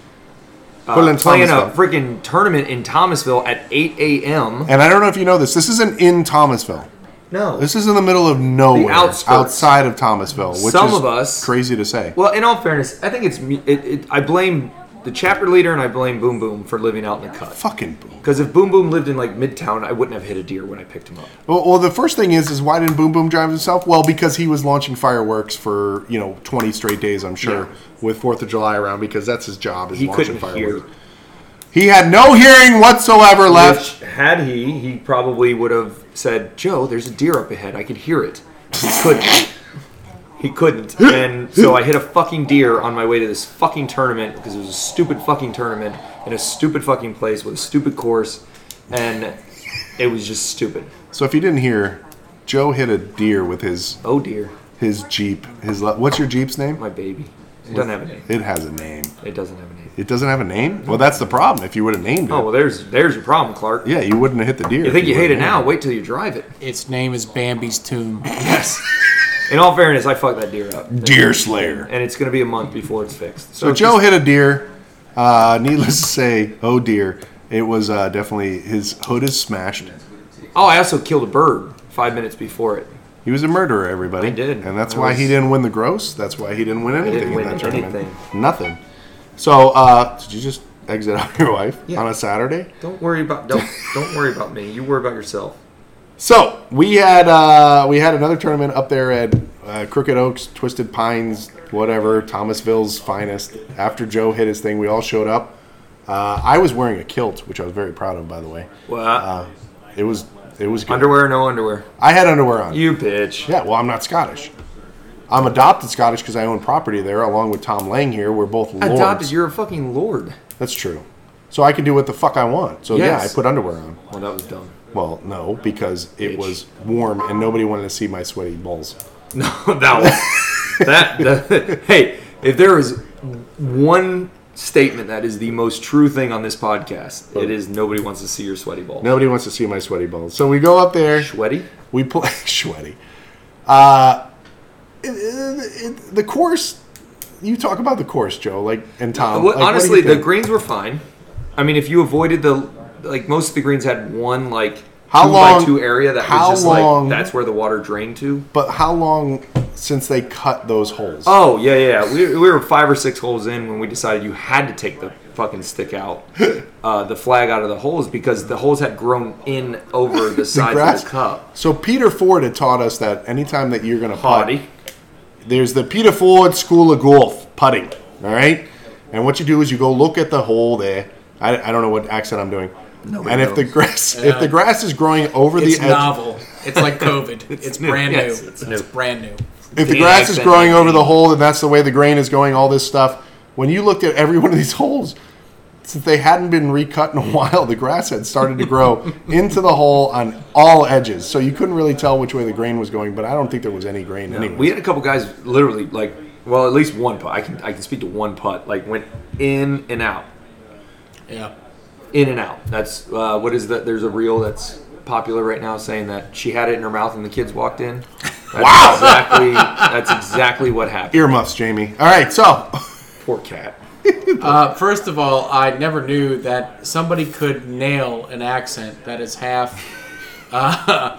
uh,
Put it in
play in a
Thomasville.
freaking tournament in Thomasville at 8 a.m.
And I don't know if you know this. This isn't in Thomasville.
No,
This is in the middle of nowhere,
outskirts.
outside of Thomasville. Which
Some
is
of us-
crazy to say.
Well, in all fairness, I think it's me- it, it, I blame the chapter leader and I blame Boom Boom for living out in the cut.
Fucking boom.
Because if Boom Boom lived in like Midtown, I wouldn't have hit a deer when I picked him up.
Well, well, the first thing is, is why didn't Boom Boom drive himself? Well, because he was launching fireworks for you know twenty straight days, I'm sure,
Yeah.
with Fourth of July around because that's his job is
He
launching
couldn't
fireworks.
hear.
He had no hearing whatsoever left.
Which, had he, he probably would have said, "Joe, there's a deer up ahead. I could hear it." He couldn't. He couldn't, and so I hit a fucking deer on my way to this fucking tournament because it was a stupid fucking tournament in a stupid fucking place with a stupid course, and it was just stupid.
So if you didn't hear, Joe hit a deer with his
Oh dear,
his jeep. His le- what's your jeep's name?
my baby. It doesn't have a name.
It has a name.
It doesn't have a name.
It doesn't have a name. Well, that's the problem. If you would have named it,
Oh well, there's there's your problem, Clark.
yeah, you wouldn't have hit the deer.
You
if
think you
would've
hate it
named
now? Wait till you drive it.
Its name is Bambi's Tomb.
Yes. In all fairness, I fucked that deer up, and
Deer Slayer.
it's gonna be a month before it's fixed.
So Joe hit a deer. Uh, needless to say, oh dear, it was uh, definitely his hood is smashed.
Oh, I also killed a bird five minutes before it.
He was a murderer, everybody.
I did.
and that's
I
why
was-
he didn't win the gross. That's why he didn't win anything
didn't
in
win
that tournament.
anything.
Nothing. So uh, did you just exit out your wife
Yeah.
on a Saturday?
Don't worry about don't don't worry about me. You worry about yourself.
So we had uh, we had another tournament up there at uh, Crooked Oaks, Twisted Pines, whatever Thomasville's finest. After Joe hit his thing, we all showed up. Uh, I was wearing a kilt, which I was very proud of, by the way.
What?
Uh, it was it was good.
underwear? No underwear.
I had underwear on.
You bitch.
yeah, well, I'm not Scottish. I'm adopted Scottish because I own property there, along with Tom Lang here. We're both lords.
Adopted. You're a fucking lord.
That's true. So I can do what the fuck I want. So yeah, I
Yes.
put underwear on.
Well, Oh, that was dumb.
Well, no, because it
Bitch.
was warm and nobody wanted to see my sweaty balls.
No, that was that, that. Hey, if there is one statement that is the most true thing on this podcast, it is nobody wants to see your sweaty ball.
Nobody wants to see my sweaty balls. So we go up there.
Sweaty.
We play sweaty. Uh, it- it- it- the course. You talk about the course, Joe, like and Tom. Um,
Well,
like, what do you
honestly, the
think?
greens were fine. I mean, if you avoided the like, most of the greens had one like
How
two
long-
by two area that
how
was just
long-
like that's where the water drained to.
But how long since they cut those holes?
Oh yeah, yeah. We, we were five or six holes in when we decided you had to take the fucking stick out, uh, the flag out of the holes because the holes had grown in over the sides of
grass?
the cup.
So Peter Ford had taught us that anytime that you're going to putt,
Potty.
there's the Peter Ford School of Golf putting. All right, and what you do is you go look at the hole there. I, I don't know what accent I'm doing.
Nobody
and if the
knows.
grass if
Yeah.
the grass is growing over
It's
the edge,
novel. It's like COVID. it's,
new.
brand new.
Yes, it's new.
it's, brand new.
if the
Dan
grass is
accent.
growing over the hole, then that's the way the grain is going. All this stuff. When you looked at every one of these holes, since they hadn't been recut in a while, the grass had started to grow into the hole on all edges. So you couldn't really tell which way the grain was going. But I don't think there was any grain anyway.
We had a couple guys literally like, well, at least one putt. I can I can speak to one putt. Like went in and out,
Yeah.
in and out. That's uh, what is that? There's a reel that's popular right now saying that she had it in her mouth and the kids walked in. That's wow. Exactly. That's exactly what happened.
Earmuffs, Jamie. All right, so
Poor cat.
Uh, first of all, I never knew that somebody could nail an accent that is half uh,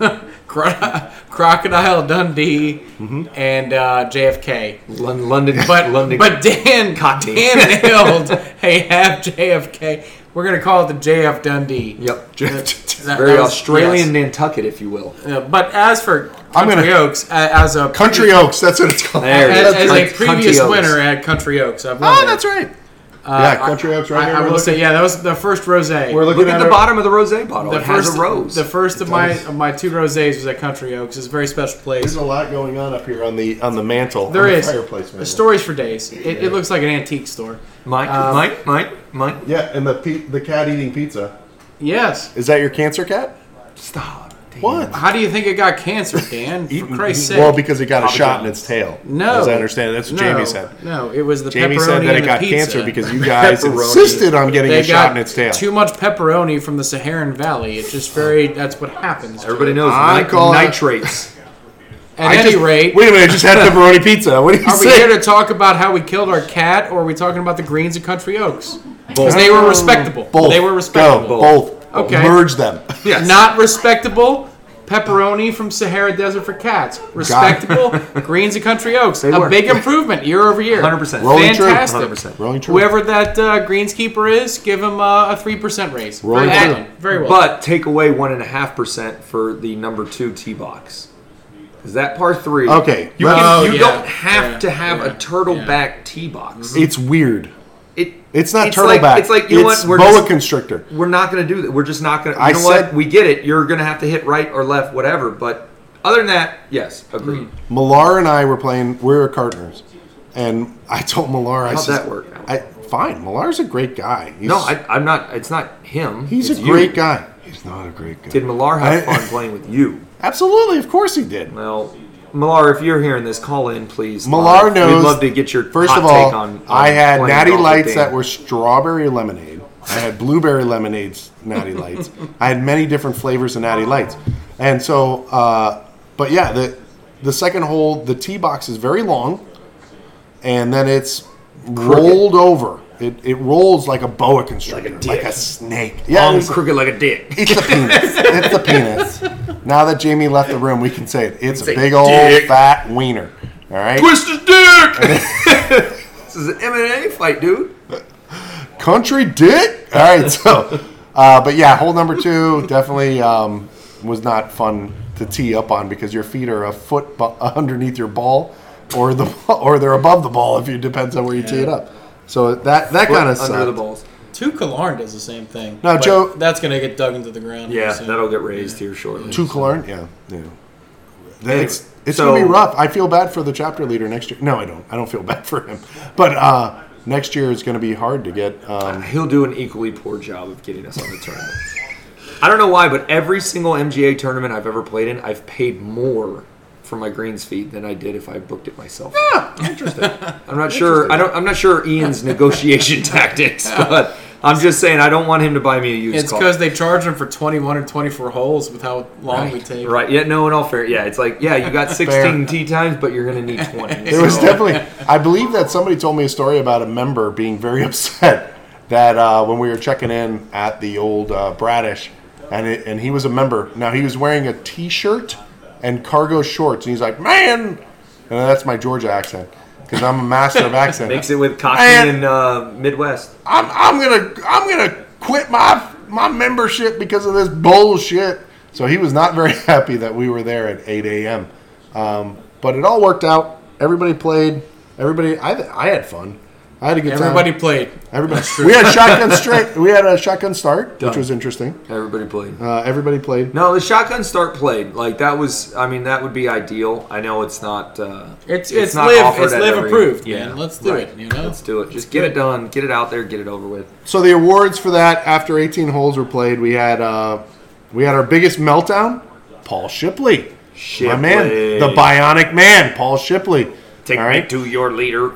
Cro- Crocodile Dundee
Mm-hmm.
and uh, JFK.
Lon- London,
But
London.
but Dan
Cockney.
Dan nailed a half JFK. We're gonna call it the JF Dundee.
Yep.
That- that
Very
was-
Australian
yes.
Nantucket, if you will.
Uh, But as for
I'm
Country
gonna-
Oaks, uh, as a
Country Oaks, that's what it's called.
There it
as,
is.
as
Country-
a previous
Country Oaks.
winner at Country Oaks, I've won
Oh,
there.
that's right.
Uh,
yeah, Country Oaks right
I,
here.
I
We're
will
looking-
say, yeah, that was the first rosé.
We're looking
Look at the
our-
bottom of the rosé bottle.
the
it
first
has a rose.
The first of my
does.
of my two rosés was at Country Oaks. It's a very special place.
There's a lot going on up here on the on the mantle.
There
on the
is
fireplace
the
mantle.
stories for days. It, it looks like an antique store.
Mike,
Um,
Mike, Mike, Mike.
Yeah, and the pe- the cat eating pizza.
Yes.
Is that your cancer cat?
Stop. Damn.
What?
How do you think it got cancer, Dan? For Christ's sake.
Well, because it got a
Papa
shot in
John's.
its tail.
no.
as I understand, it. that's what
no,
Jamie said.
No, it was the
Jamie
pepperoni
said that
and
it
the
got
pizza.
cancer because you guys
Pepperoni.
insisted on getting
they
a
got
shot in its tail.
too much pepperoni from the Saharan Valley. It's just very. That's what happens. to
Everybody
it.
knows
I
ni-
call it-
nitrates.
At
I
any
just-
rate,
wait a minute, I just had pepperoni pizza. What do you
are we
say?
here to talk about how we killed our cat, or are we talking about the greens of Country Oaks? Because they were respectable.
both.
They were respectable.
Go, both.
Okay.
Merge them.
yes.
Not respectable. Pepperoni from Sahara Desert for cats. Respectable. greens of Country Oaks. A
were.
big improvement year over year.
100%.
Rolling true.
Fantastic.
100%.
Rolling true.
Whoever that uh, greenskeeper is, give him uh, a three percent raise.
Rolling
very well.
true.
done. Very well.
But take away one and a half percent for the number two tee box. Is that par three?
Okay.
You,
Well,
can-
Oh,
you
yeah,
don't have
yeah,
to have
yeah,
a turtle
yeah.
back tee box.
It's weird.
It,
It's not turtle
like,
back.
It's like you know
it's
what? We're
boa
just-
constrictor.
we're not going to do that. We're just not going to. You
I
know
said-
what? We get it. You're going to have to hit right or left, whatever. But other than that, yes, agreed.
Millar and I were playing. We were partners, and I told Millar, I
How'd
says,
that work out?
I, fine. Millar's a great guy. He's,
No, I, I'm not. It's not him.
he's
it's
a
you.
great guy. He's not a great guy.
Did Millar have
I-
fun playing with you?
Absolutely, of course he did.
Well, Millar, if you're hearing this, call in, please.
Millar
Live.
knows.
We'd love to get your
first
hot
of all.
take on, on
I had
playing
natty
golf with
lights
Dan.
that were strawberry lemonade. I had blueberry lemonades, natty lights. I had many different flavors of natty lights, and so, uh, but yeah, the the second hole, the tee box is very long, and then it's rolled over. It, it rolls like a boa constrictor, like a,
dick.
snake.
long,
Yeah, it's,
crooked like a dick.
it's the penis. It's the penis. Now that Jamie left the room, we can say it. It's a
Say
big old
dick.
fat wiener. All right.
Twist his dick. this is an MMA fight, dude.
country dick. All right, so, uh, but yeah, hole number two definitely um, was not fun to tee up on because your feet are a foot bu- underneath your ball, or the or they're above the ball if you depends on where you tee it up. So that that kind of
Foot under the
sucked.
balls.
Two Killarn does the same thing.
No,
but
Joe-
That's gonna get dug into the ground.
Yeah,
soon.
that'll get raised here shortly.
Two Killarn, yeah, yeah.
Anyway,
It's it's
so-
gonna be rough. I feel bad for the chapter leader next year. No, I don't. I don't feel bad for him. But uh, next year is gonna be hard to get. Um,
He'll do an equally poor job of getting us on the tournament. I don't know why, but every single MGA tournament I've ever played in, I've paid more for my greens feed than I did if I booked it myself. Ah, interesting. I'm not sure. I don't. I'm not sure Ian's negotiation tactics, but I'm just saying I don't want him to buy me a used
It's
car.
because they charge them for 21 or 24 holes with how long we
right.
take.
right. Yeah. No. In all fair. Yeah. It's like yeah, you got 16 tee times, but you're gonna need 20.
It was
So-
definitely. I believe that somebody told me a story about a member being very upset that uh, when we were checking in at the old uh, Bradish, and it, and he was a member. Now he was wearing a T-shirt and cargo shorts, and he's like, "Man," and that's my Georgia accent because I'm a master of accent.
mix it with Cockney
Man.
and uh, Midwest.
I'm, I'm gonna I'm gonna quit my my membership because of this bullshit. So he was not very happy that we were there at 8 a.m. Um, but it all worked out. Everybody played. Everybody, I, I had fun. I had a good
Everybody
time.
played.
Everybody, we had shotgun straight. We had a shotgun start, which
Done.
was interesting.
Everybody played.
Uh, everybody played.
No, the shotgun start played. Like that was, I mean, that would be ideal. I know it's not. Uh,
It's- it's live- it's
at
live approved, man. Let's do it, you know?
let's do it. Just get it done. Get it out there. Get it over with.
So the awards for that after 18 holes were played, we had uh, we had our biggest meltdown. Paul Shipley, my man,
Shipley.
the Bionic Man, Paul Shipley.
Take
All right.
me to your leader.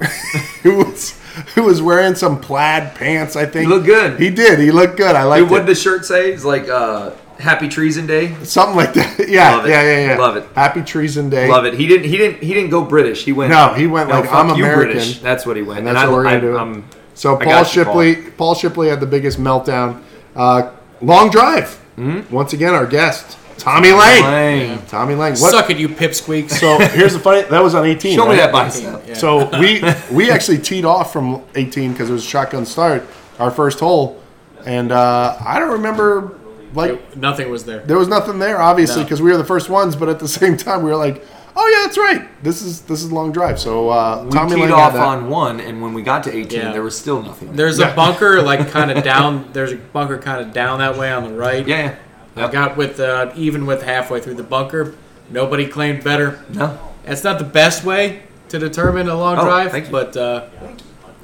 who was who was wearing some plaid pants. I think
He looked good.
He did. He looked good. I liked
Dude, what
it.
did the shirt say? It's like uh, Happy Treason Day.
Something like that. Yeah,
Love it.
yeah, yeah, yeah.
Love it.
Happy Treason Day.
Love it. He didn't. He didn't. He didn't go British. He went.
No, he went like,
fuck
"I'm
you,
American."
British. That's what he went.
And that's what we're gonna do.
um,
So
I
Paul
got you, Paul.
Shipley, Paul. Shipley had the biggest meltdown. Uh, long drive.
Hmm?
Once again, our guest Tommy Lane.
Lane.
Tommy Lane. What?
Suck it, you pipsqueaks.
So here's the funny. That was on 18.
Show me
right?
that bicep.
Yeah.
So we we actually teed off from 18 because it was a shotgun start, our first hole, and uh, I don't remember like
It- nothing was there.
there was nothing there, obviously,
No.
because we were the first ones. But at the same time, we were like, "Oh yeah, that's right. This is this is a long drive." So uh,
We
Tommy
teed
Lane
off
had that.
on one, and when we got to 18,
Yeah.
there was still nothing. There.
There's
Yeah.
a bunker like kind of down. There's a bunker kind of down that way on the right.
Yeah, yeah.
I got with uh, even with halfway through the bunker. Nobody claimed better.
No.
That's not the best way to determine a long
Oh,
drive,
thank you.
but uh,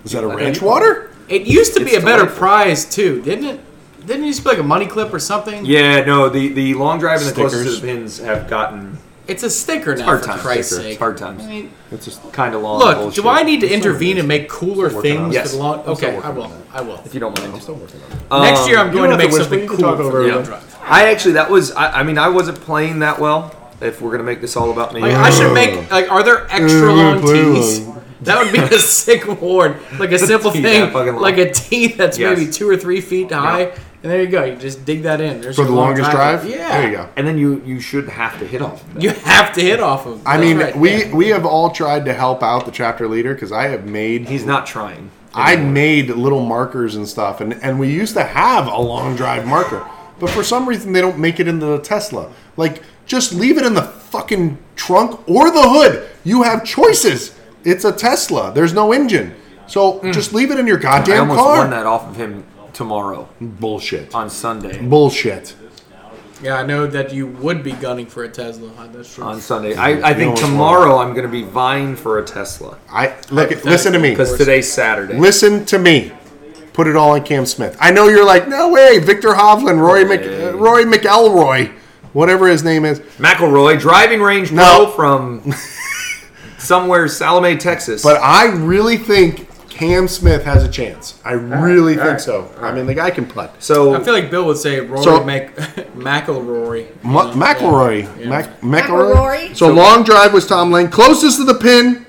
Is that a
Okay.
ranch water?
it used to be
It's
a better
delightful.
prize too, didn't it? Didn't it used to be like a money clip or something?
Yeah, no. The, the long drive and the
Stickers.
closest to the pins have gotten
It's a sticker now.
hard
for
times.
Christ's
sticker.
sake.
It's hard times.
I mean,
That's just
kind of long.
look,
bullshit.
do I need to intervene and make cooler
working on
things?
it.
for
Yes.
the long-
I'm still
okay, I
working
will.
on
I will.
If you don't mind.
still working on it.
Next year, I'm
don't
going to
have to
make
whisper,
something
you
cool
can talk
for
over
the long
everyone.
drive.
I actually that was I, I mean I wasn't playing that well. If we're gonna make this all about me,
Like, I should make like, are there extra
Yeah,
long
play
teas? That would be a sick award. Like a simple
tea
thing,
that fucking long.
like a tee that's
Yes.
maybe two or three feet high, and there you go. You just dig that in. There's
for
your
the
long
longest drive.
Yeah,
there you go.
and then you you should have to hit off. of that.
You have to hit off of.
I
That's
mean,
right.
we we have all tried to help out the chapter leader because I have made
He's not trying.
I made little markers and stuff, and, and we used to have a long drive marker, but for some reason they don't make it into the Tesla. Like, just leave it in the fucking trunk or the hood. You have choices. It's a Tesla. There's no engine, so just leave it in your
Hmm. I
goddamn
almost won
car.
that off of him tomorrow
Bullshit.
on Sunday.
Bullshit.
Yeah, I know that you would be gunning for a Tesla. That's true.
On Sunday, I, I
You
think
almost won.
tomorrow I'm gonna be vying for a Tesla
I look. Listen to me.
because today's Saturday.
Listen to me. Put it all on Cam Smith. I know you're like, no way, Victor Hovland, Roy Mc,
Hey.
uh, Roy McElroy, whatever his name is.
McElroy driving range
No.
pro from somewhere Salome, Texas.
But I really think Cam Smith has a chance. I really think
right,
so. I mean, the guy can putt.
so
I feel like Bill would say Rory
So-
Mac- McElroy.
M- McElroy. Mac- McElroy.
McElroy.
So long drive was Tom Lane. Closest to the pin,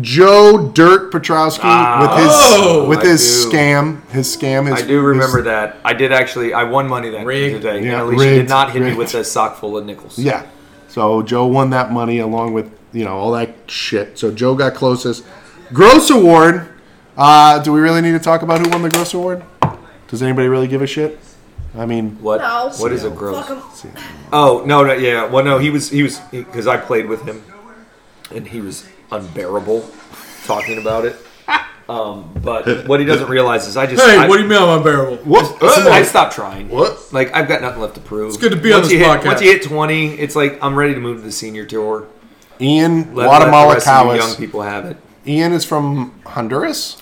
Joe Dirt Petrowski with his
Oh,
with
I
his
do.
scam. His scam. His,
I do remember
his-
that. I did actually. I won money that
Rigged.
today.
Yeah,
and Alicia
rigged,
did not hit
rigged.
me with a sock full of nickels.
Yeah. So Joe won that money along with you know all that shit. So Joe got closest. Gross award. Uh, do we really need to talk about who won the gross award? Does anybody really give a shit? I mean,
What?
No.
What is a
Fuck
gross?
'em.
Oh no, no, yeah. Well, no, he was he was because I played with him, and he was unbearable talking about it. Um, but what he doesn't realize is I just
Hey,
I,
what do you mean I'm unbearable?
what?
I stopped trying.
What?
Like I've got nothing left to prove. It's
good to be on
once
this
you hit,
podcast.
Once you hit twenty, it's like I'm ready to move to the senior tour.
Ian
Let,
Guatemala
let the rest of you young
Tawas.
people have it.
Ian is from Honduras,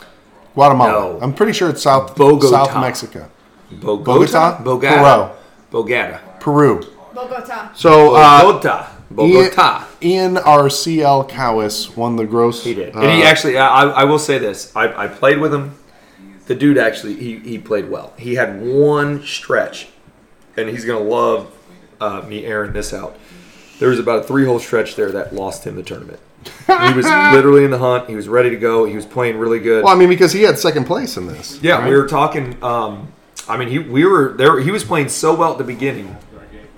Guatemala.
No.
I'm pretty sure it's South
Bogota.
South Mexico, Bogota?
Bogota, Bogota, Bogota,
Peru.
Bogota.
So uh,
Bogota,
Ian,
Bogota.
Ian RCL Cowis won the gross. uh,
He did. and he actually, I, I I will say this: I, I played with him. The dude actually, he, he played well. He had one stretch, and he's gonna love uh, me airing this out. There was about a three-hole stretch there that lost him the tournament. he was literally in the hunt. He was ready to go. He was playing really good.
Well, I mean, because he had second place in this.
yeah,
right?
we were talking. Um, I mean, he we were there. He was playing so well at the beginning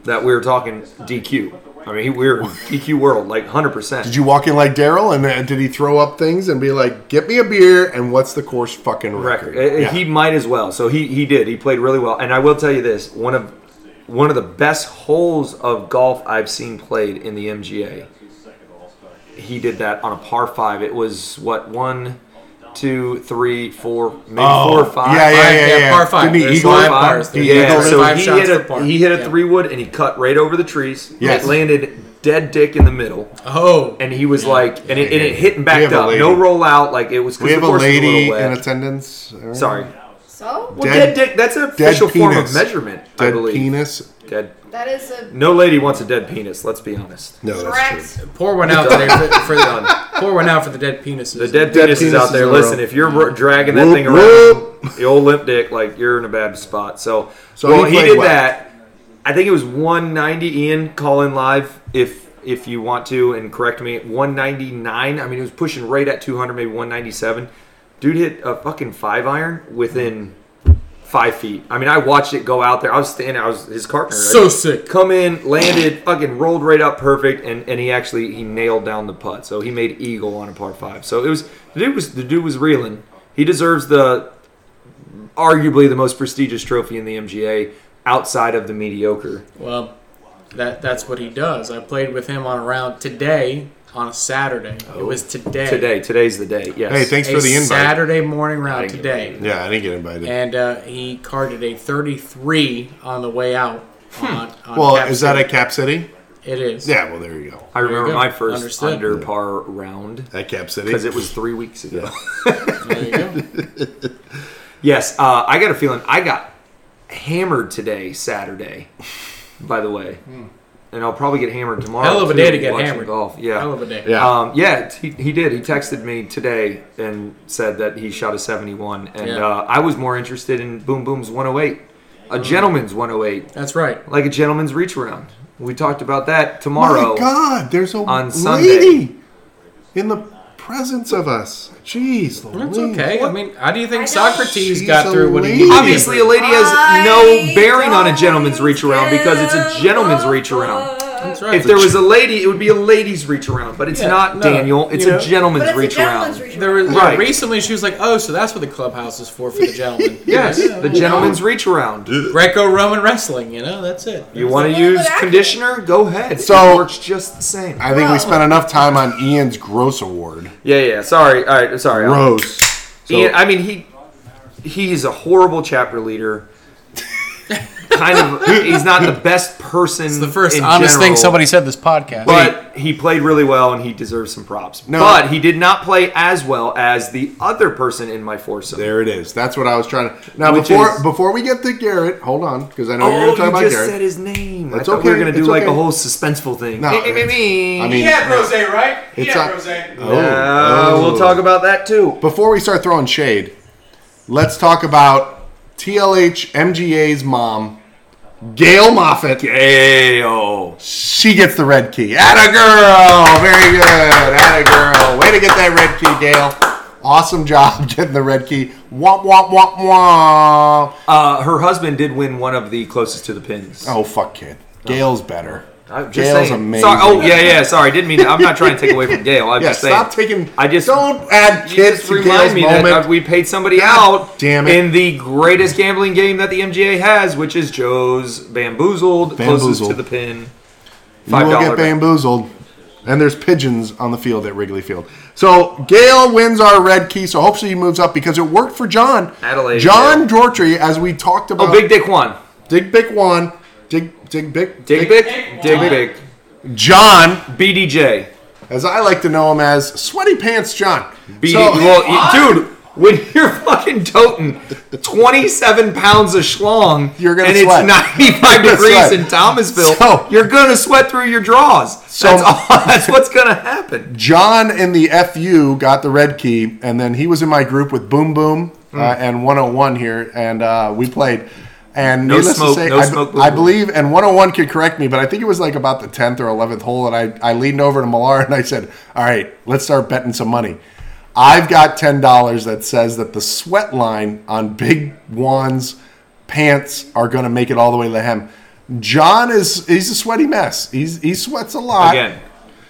that we were talking DQ. I mean, he, we were in DQ world like hundred percent.
Did you walk in like Daryl, and uh, did he throw up things and be like, "Get me a beer"? And what's the course fucking record?
record. Uh,
Yeah.
He might as well. So he he did. He played really well. And I will tell you this: one of one of the best holes of golf I've seen played in the MGA. He did that on a par five. It was what one, two, three, four, maybe
Oh,
four or five.
yeah, yeah, yeah,
Yeah,
yeah.
par five.
Didn't he
There's
eagle
five
it?
par- pars there.
He
Yeah,
eagled it?
so
Five
he hit
shots per par.
a he hit a
Yeah.
three wood and he cut right over the trees.
Yes.
It landed dead dick in the middle.
Oh,
And he was like, and it, and it hit and
have
backed
a
up.
lady.
No rollout. Like it was. 'cause
we
the
have a
course was
lady
little
in
wet.
attendance. All right.
Sorry.
So
Well,
Dead-
dead, dick. That's an
dead
official form
penis.
of measurement, I
Dead
believe.
penis.
Dead.
that is a
No lady wants a dead penis. Let's be honest.
No, that's true.
correct.
pour one out there for, for the pour one out for the dead penises.
The dead,
Dead
penis is
penises
out
in
there.
a
Listen,
row.
if you're r- dragging that
Whoop,
thing around, the old limp dick, like you're in a bad spot. So,
So
well,
he
he,
played
did
well.
that. I think it was 190. Ian, call in live if if you want to and correct me. 199. I mean, it was pushing right at 200, maybe 197. Dude hit a fucking five iron within five feet. I mean, I watched it go out there. I was standing. I was his partner.
So sick.
Come in, landed, fucking rolled right up, perfect, and, and he actually he nailed down the putt. So he made eagle on a par five. So it was the dude was the dude was reeling. He deserves the arguably the most prestigious trophy in the MGA outside of the mediocre.
Well, that that's what he does. I played with him on a round today on a Saturday. it was today.
Today, today's the day. Yes.
Hey, thanks
a
for the invite.
Saturday morning
Thank
round
you.
today.
Yeah, I didn't get invited.
And uh, he carded a 33 on the way out. On, on
well,
Cap
is that
City.
at Cap City?
It is.
Yeah, well, there you go.
I remember
go.
my first
Understood.
under par round
At Cap City.
because it was three weeks ago.
There you go.
yes, uh, I got a feeling I got hammered today, Saturday. By the way, and I'll probably get hammered tomorrow.
Hmm. Hell of a
too,
day to get
watching
hammered.
Golf, yeah.
Hell of a day.
Yeah.
Um, yeah, t- he, he did. He texted me today and said that he shot a 71, and
Yeah.
uh, I was more interested in Boom Boom's 108, a gentleman's 108,
That's right.
like a gentleman's reach around. We talked about that
Oh My
tomorrow.
God, there's a
on
lady in the presence of us. Jeez,
That's
Louise.
okay. I mean, how do you think
I don't-
Socrates
She's
got
a
through what he
lady.
did?
Obviously, a lady has no
I
bearing on a
don't
gentleman's reach around because it's a gentleman's reach around.
That's
But
right.
If there was a lady, it would be a lady's reach around, but it's
Yeah,
not
no,
Daniel. It's
you know.
a gentleman's
it's a
reach
gentleman's
around.
reach
There was
around.
Right.
recently she was like, "Oh, so that's what the clubhouse is for for the gentlemen."
Yes,
Yeah,
the gentleman's reach around.
Greco-Roman wrestling, you know, that's it.
You want
the
to
rule of
use
action.
conditioner? Go ahead.
So-
it works just the same.
I think we
Wow.
spent enough time on Ian's gross award.
yeah, yeah. Sorry. All right. Sorry. I'll-
Gross. So,
Ian, I mean, he he's a horrible chapter leader. kind of. He's not the best person.
It's the first
in
honest
general,
thing somebody said this podcast.
But he played really well, and he deserves some props.
No.
But he did not play as well as the other person in my foursome.
there it is. That's what I was trying to. Now
Which
before
is-
before we get to Garrett, hold on because I know
Oh,
you're going to
you
talk about
just
Garrett.
said his name. I
That's
thought we were
okay,
gonna do
it's
like
okay.
a whole suspenseful thing.
No,
Me, me,
it's-
me.
I mean-
rosé, right?
It's a-
rosé.
Oh,
Uh,
oh.
we'll talk about that too.
Before we start throwing shade, let's talk about TLH MGA's mom, Gail Moffat.
Ayo.
She gets the red key. Atta girl! Very good. Atta girl. Way to get that red key, Gail. Awesome job getting the red key. Womp, womp, womp, womp.
Uh, her husband did win one of the closest to the pins.
Oh, fuck, kid. Gail's better.
I'm just
Gail's
saying.
amazing.
Sorry. Oh yeah, yeah. Sorry, didn't mean. To, I'm not trying to take away from Gail. I'm
Yeah,
just saying.
stop taking.
I just-
don't add
You
kids
just
to
remind
Gail's
me
moment.
that uh, we paid somebody
God
out
damn it.
in the greatest gambling game that the MGA has, which is Joe's bamboozled, closest
Bamboozled.
to the pin.
you
Five
will get
dollar.
bamboozled. And there's pigeons on the field at Wrigley Field. So Gail wins our red key. So hopefully he moves up because it worked for John.
Adelaide,
John Dortry, as we talked about.
oh, Big Dick One.
Dig Big One. Dig Dig Big.
Dig Big. Dig Big.
John,
BDJ.
as I like to know him as Sweaty Pants John.
BD,
So-
well, you- dude, when you're fucking toting 27 pounds of schlong
You're gonna
and
sweat.
it's 95
You're gonna
degrees
sweat.
in Thomasville,
So-
you're going to sweat through your drawers.
So-
that's, all, that's what's going to happen.
John in the FU got the red key, and then he was in my group with Boom Boom
Mm.
uh, and 101 here, and uh, we played. And
No
needless to
smoke,
say,
no
I,
smoke, Boom
I
Boom.
believe, and 101 could correct me, but I think it was like about the 10th or 11th hole, and I, I leaned over to Millar and I said, All right, let's start betting some money. I've got $10 that says that the sweat line on Big Juan's pants are going to make it all the way to the hem. John is he's a sweaty mess. He's, he sweats a lot.
Again,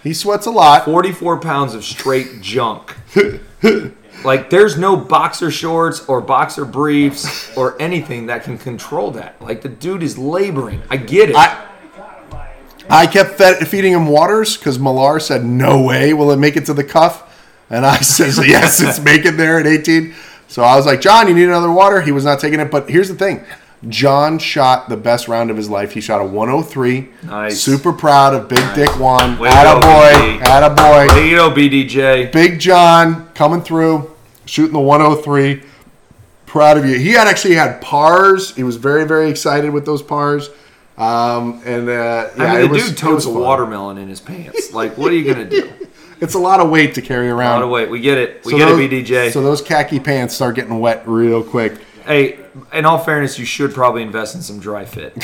He sweats a lot.
44 pounds of straight junk. like, there's no boxer shorts or boxer briefs or anything that can control that. Like, the dude is laboring. I get it.
I I kept fed, feeding him waters because Millar said, "No way, will it make it to the cuff?" And I says, "Yes, it's making there at 18." So I was like, "John, you need another water." He was not taking it, but here's the thing: John shot the best round of his life. He shot a 103.
Nice.
Super proud of Big Dick Juan.
Way to
Atta
go,
boy.
BD.
Atta boy.
you know, BDJ.
Big John coming through, shooting the 103. Proud of you. He had actually had pars. He was very, very excited with those pars. Um, and uh, yeah,
I mean,
it
the
was,
dude
it was
totes a
fun.
watermelon in his pants. Like, what are you gonna do?
It's a lot of weight to carry
By
around.
the way, we get it. We
Um, So
get
those-
it, BDJ.
So those khaki pants start getting wet real quick.
hey, in all fairness, you should probably invest in some dry fit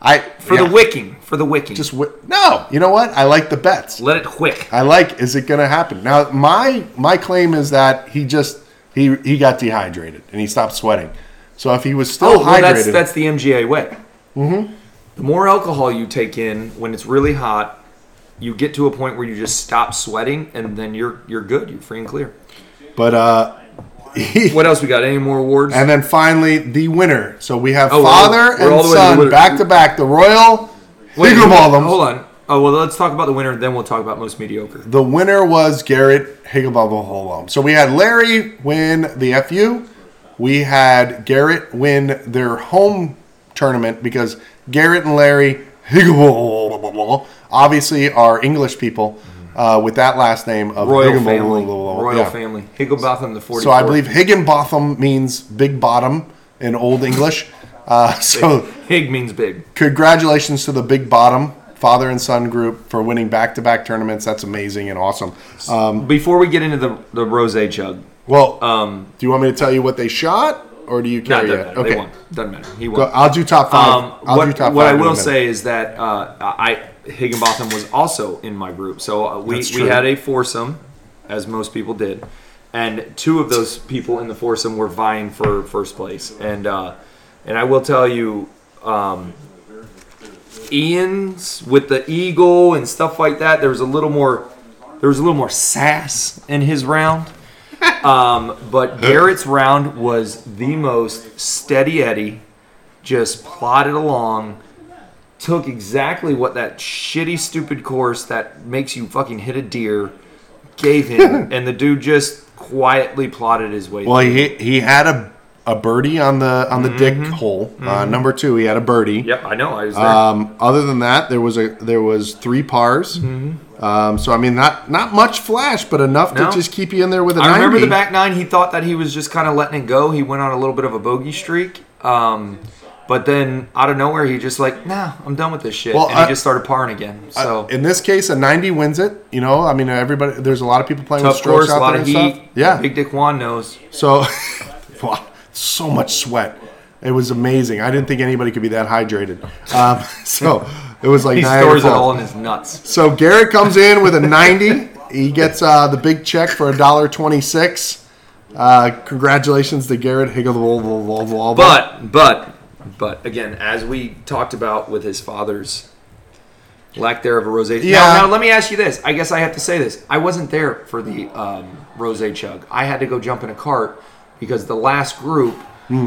I
for
yeah,
the wicking. For the wicking,
Just wi- no. You know what? I like the bets.
let it quick.
I like. Is it going to happen? Now, my my claim is that he just he he got dehydrated and he stopped sweating. So if he was still
Oh, well,
hydrated,
that's that's the MGA way. Mm-hmm. The more alcohol you take in when it's really hot, you get to a point where you just stop sweating, and then you're you're good. You're free and clear.
But uh,
What else we got? Any more awards?
And then finally, the winner. So we have
Oh, we're all-
father and
we're all the way to the
son
winner.
back to back. The Royal
Wait,
Higginbotham's.
Hold on. Oh well, let's talk about the winner, then we'll talk about most mediocre.
The winner was Garrett Higginbotham. So we had Larry win the FU. We had Garrett win their home tournament because Garrett and Larry Higginbotham obviously are English people uh, with that last name of
Mm-hmm. Royal
Higginbotham.
family. Royal
Yeah.
family. Higginbotham the 44th.
So I believe Higginbotham means big bottom in Old English. Uh, so
Hig means big.
congratulations to the Big Bottom father and son group for winning back-to-back tournaments. That's amazing and awesome. Um,
Before we get into the the rose chug,
well,
um,
do you want me to tell you what they shot, or do you
no, it
care yet?
doesn't matter. They won. Doesn't matter. He won.
Go- I'll do top five.
Um,
I'll do
what
top
what I
five in a
will
minute.
say is that uh, I Higginbotham was also in my group, so uh, we
That's
we
true.
had a foursome, as most people did, and two of those people in the foursome were vying for first place, and uh, and I will tell you. Um, Ian's with the eagle and stuff like that. There was a little more, there was a little more sass in his round. Um, but Garrett's round was the most steady Eddie, just plodded along, took exactly what that shitty, stupid course that makes you fucking hit a deer gave him, and the dude just quietly plodded his way.
Well, he he had a a birdie on the on the dick hole. Uh, number two, he had a birdie.
through. Mm-hmm. yep, I know. I was there.
Um, other than that, there was a there was three pars. Um, so I mean, not not much flash, but enough
Mm-hmm. No.
to just keep you in there with a
I
90.
remember the back nine. He thought that he was just kind of letting it go. He went on a little bit of a bogey streak. Um, but then out of nowhere, he just like, nah, I'm done with this shit.
Well,
and
I-
he just started parring again. So
Uh, In this case, a 90 wins it. You know, I mean, everybody. There's a lot of people playing with
tough
strokes
course, a
out
lot
there
of
and
heat.
stuff. Yeah.
Big Dick Juan knows.
So, wow, so much sweat. It was amazing. I didn't think anybody could be that hydrated. Um, so it was like
He
Niagara
stores it
Falls.
all in his nuts.
So Garrett comes in with a 90. He gets uh, the big check for a dollar twenty-six. Uh, congratulations to Garrett Higgle.
But, but, but again, as we talked about with his father's lack there of a rose.
Yeah.
Now, now, let me ask you this. I guess I have to say this. I wasn't there for the um, rose chug. I had to go jump in a cart because the last group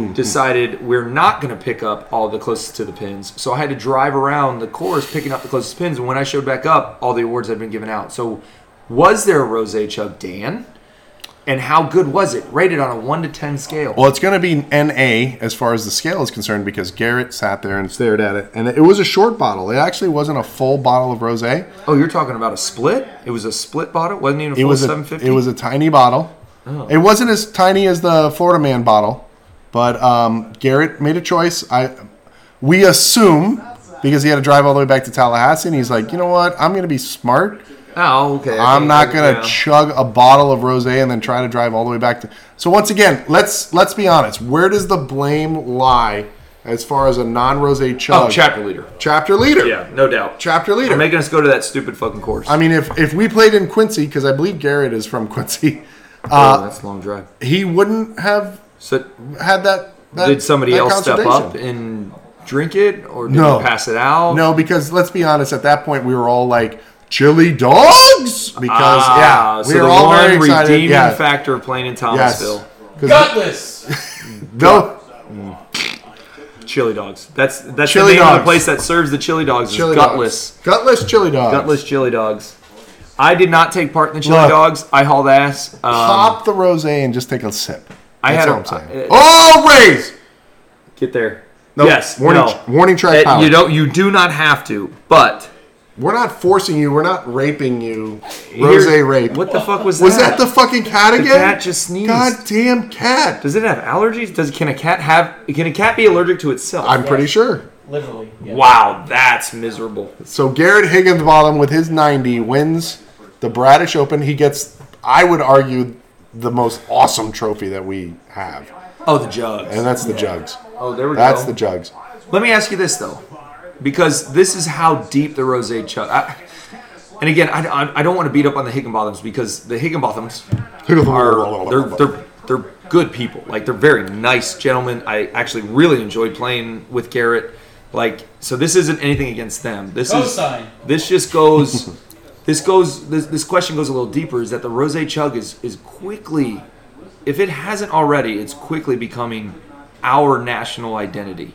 decided we're not going to pick up all the closest to the pins. So I had to drive around the course picking up the closest pins. And when I showed back up, all the awards had been given out. So was there a rose chug, Dan? And how good was it? Rated on a one to ten scale.
Well, it's going to be NA as far as the scale is concerned because Garrett sat there and stared at it, and it was a short bottle. It actually wasn't a full bottle of rosé.
Oh, you're talking about a split? It was a split bottle. It wasn't even a
It
full
was a,
750.
it was a tiny bottle. It wasn't as tiny as the Florida Man bottle, but um, Garrett made a choice. I we assume because he had to drive all the way back to Tallahassee, and he's like, you know what? I'm going to be smart.
oh, okay.
I'm not going to
Yeah.
chug a bottle of rosé and then try to drive all the way back to. So once again, let's let's be honest. Where does the blame lie as far as a non-rosé chug?
oh, chapter leader.
chapter leader.
Yeah, no doubt.
Chapter leader.
They're making us go to that stupid fucking course.
I mean, if if we played in Quincy, because I believe Garrett is from Quincy, uh,
oh, that's a long drive.
he wouldn't have
So,
had that. that
did somebody
that
else step
concentration.
up and drink it, or did
No.
they pass it out?
No, because let's be honest. At that point, we were all like chili dogs because
Ah,
yeah,
so
we were
the
all
one
very excited.
redeeming
Yeah,
factor of playing in
yes,
Thomasville,
'Cause
Gutless.
no,
chili dogs. That's that's
Chili
the name of
Dogs.
the place that serves the chili dogs.
chili
is gutless,
dogs. gutless chili dogs,
gutless chili dogs. I did not take part in the chili
Look.
dogs. I hauled ass. Um,
Pop the rosé and just take a sip.
I
That's
had
all
a-
I'm saying.
uh,
oh, raise.
Get there.
No,
yes.
warning,
no.
warning track
Uh,
power.
you don't. You do not have to. But
we're not forcing you. We're not raping you.
here-
Rosé rape.
What the fuck was that?
Was that the fucking cat again?
cat just sneezed.
Goddamn cat.
Does it have allergies? Does can a cat have? Can a cat be allergic to itself?
I'm pretty sure.
Literally. yeah.
wow, that's miserable.
So Garrett Higginsbottom with his 90 wins the Bradish Open. He gets, I would argue, the most awesome trophy that we have,
Oh, the jugs.
and that's the jugs.
oh, there we
That's
go.
the jugs.
Let me ask you this though, because this is how deep the rosé chug. I, and again, I, I, I don't want to beat up on the Higginbothams because the Higginbothams are they're they're they're good people. Like they're very nice gentlemen. I actually really enjoyed playing with Garrett. Like so, this isn't anything against them. This
Cosine.
is this just goes. this goes. This, this question goes a little deeper. Is that the rosé chug is is quickly if it hasn't already, it's quickly becoming our national identity.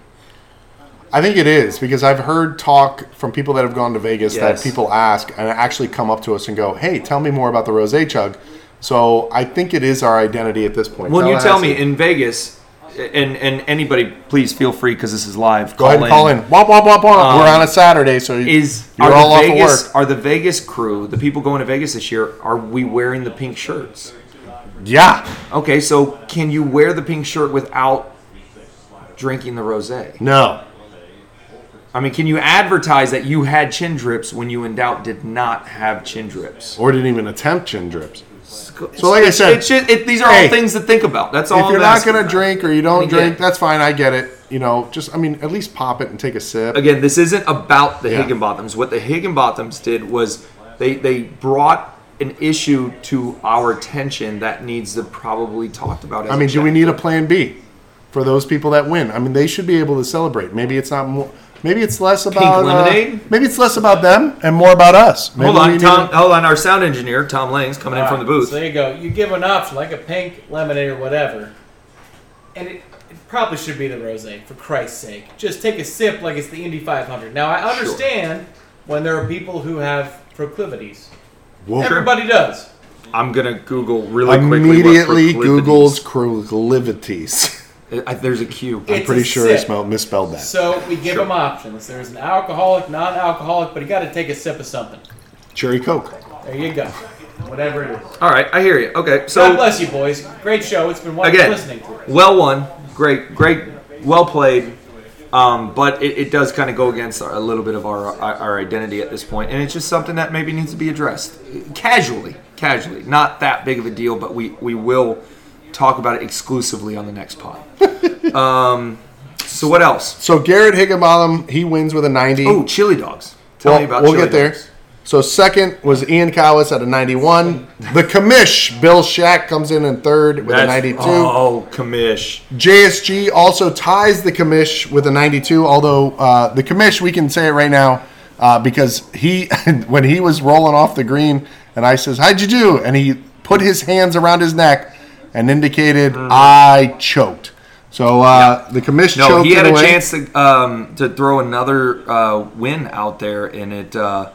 I think it is because I've heard talk from people that have gone to Vegas
Yes.
that people ask and actually come up to us and go, "Hey, tell me more about the rosé chug." So I think it is our identity at this point.
When you tell me
Tallahassee.
in Vegas, and and anybody, please feel free because this is live.
go ahead and call in. Womp womp womp womp. We're on a Saturday, so
Um, Is
you're
are
all
the
off
Vegas
of work.
are the Vegas crew the people going to Vegas this year? Are we wearing the pink shirts?
Yeah,
Okay, so can you wear the pink shirt without drinking the rosé?
no,
I mean, can you advertise that you had chin drips when you in doubt did not have chin drips?
or didn't even attempt chin drips.
So,
like I said-
it's just, it, these are
Hey,
all things to think about. That's all.
if
I'm
you're not
asking
gonna
about.
drink or you don't
mean,
drink,
yeah.
that's fine. I get it. You know, just I mean, at least pop it and take a sip.
again, this isn't about the
Yeah.
Higginbothams. What the Higginbothams did was they they brought an issue to our attention that needs to probably talked about. As
I
a
mean, do we
check.
need a plan B for those people that win? I mean, they should be able to celebrate. Maybe it's not more. Maybe it's less about uh,
lemonade?
maybe it's less about them and more about us. Maybe
Hold
we
on,
need
Tom.
to-
Hold on, our sound engineer Tom Lang's coming in from the booth.
So there you go. You give an option like a pink lemonade or whatever, and it, it probably should be the rosé for Christ's sake. Just take a sip like it's the Indy 500. Now I understand when there are people who have proclivities.
Whoa.
Everybody does.
I'm gonna Google really
Immediately
quickly. what
Google's proclivities.
proclivities- I- Therews a Q.
It's
I'm pretty
a
sure I
sip.
smelled, misspelled that.
So we give them options. There's an alcoholic, non-alcoholic, but you got to take a sip of something.
Cherry Coke.
There you go. Whatever it is.
All right, I hear you. Okay, so
God bless you, boys. Great show. It's been wonderful listening
again,
to it.
well won, great, great, well played. Um, but it, it does kind of go against our, a little bit of our, our our identity at this point, and it's just something that maybe needs to be addressed casually, casually. Not that big of a deal, but we we will talk about it exclusively on the next pod. um, so what else?
So Garrett Higginbotham, he wins with a 90.
Oh, chili dogs. Tell
Well,
me about.
we'll
chili
get there.
dogs.
So second was Ian Cowis at a 91. The commish Bill Shack comes in in third with a
That's-
92.
Oh, commish.
JSG also ties the commish with a 92, although uh, the commish, we can say it right now, uh, because he, when he was rolling off the green, and I says, how'd you do? And he put his hands around his neck and indicated,
Mm.
I choked. So uh, the commish
No,
choked
he had
it
a
away.
chance to um, to throw another uh, win out there, and it uh,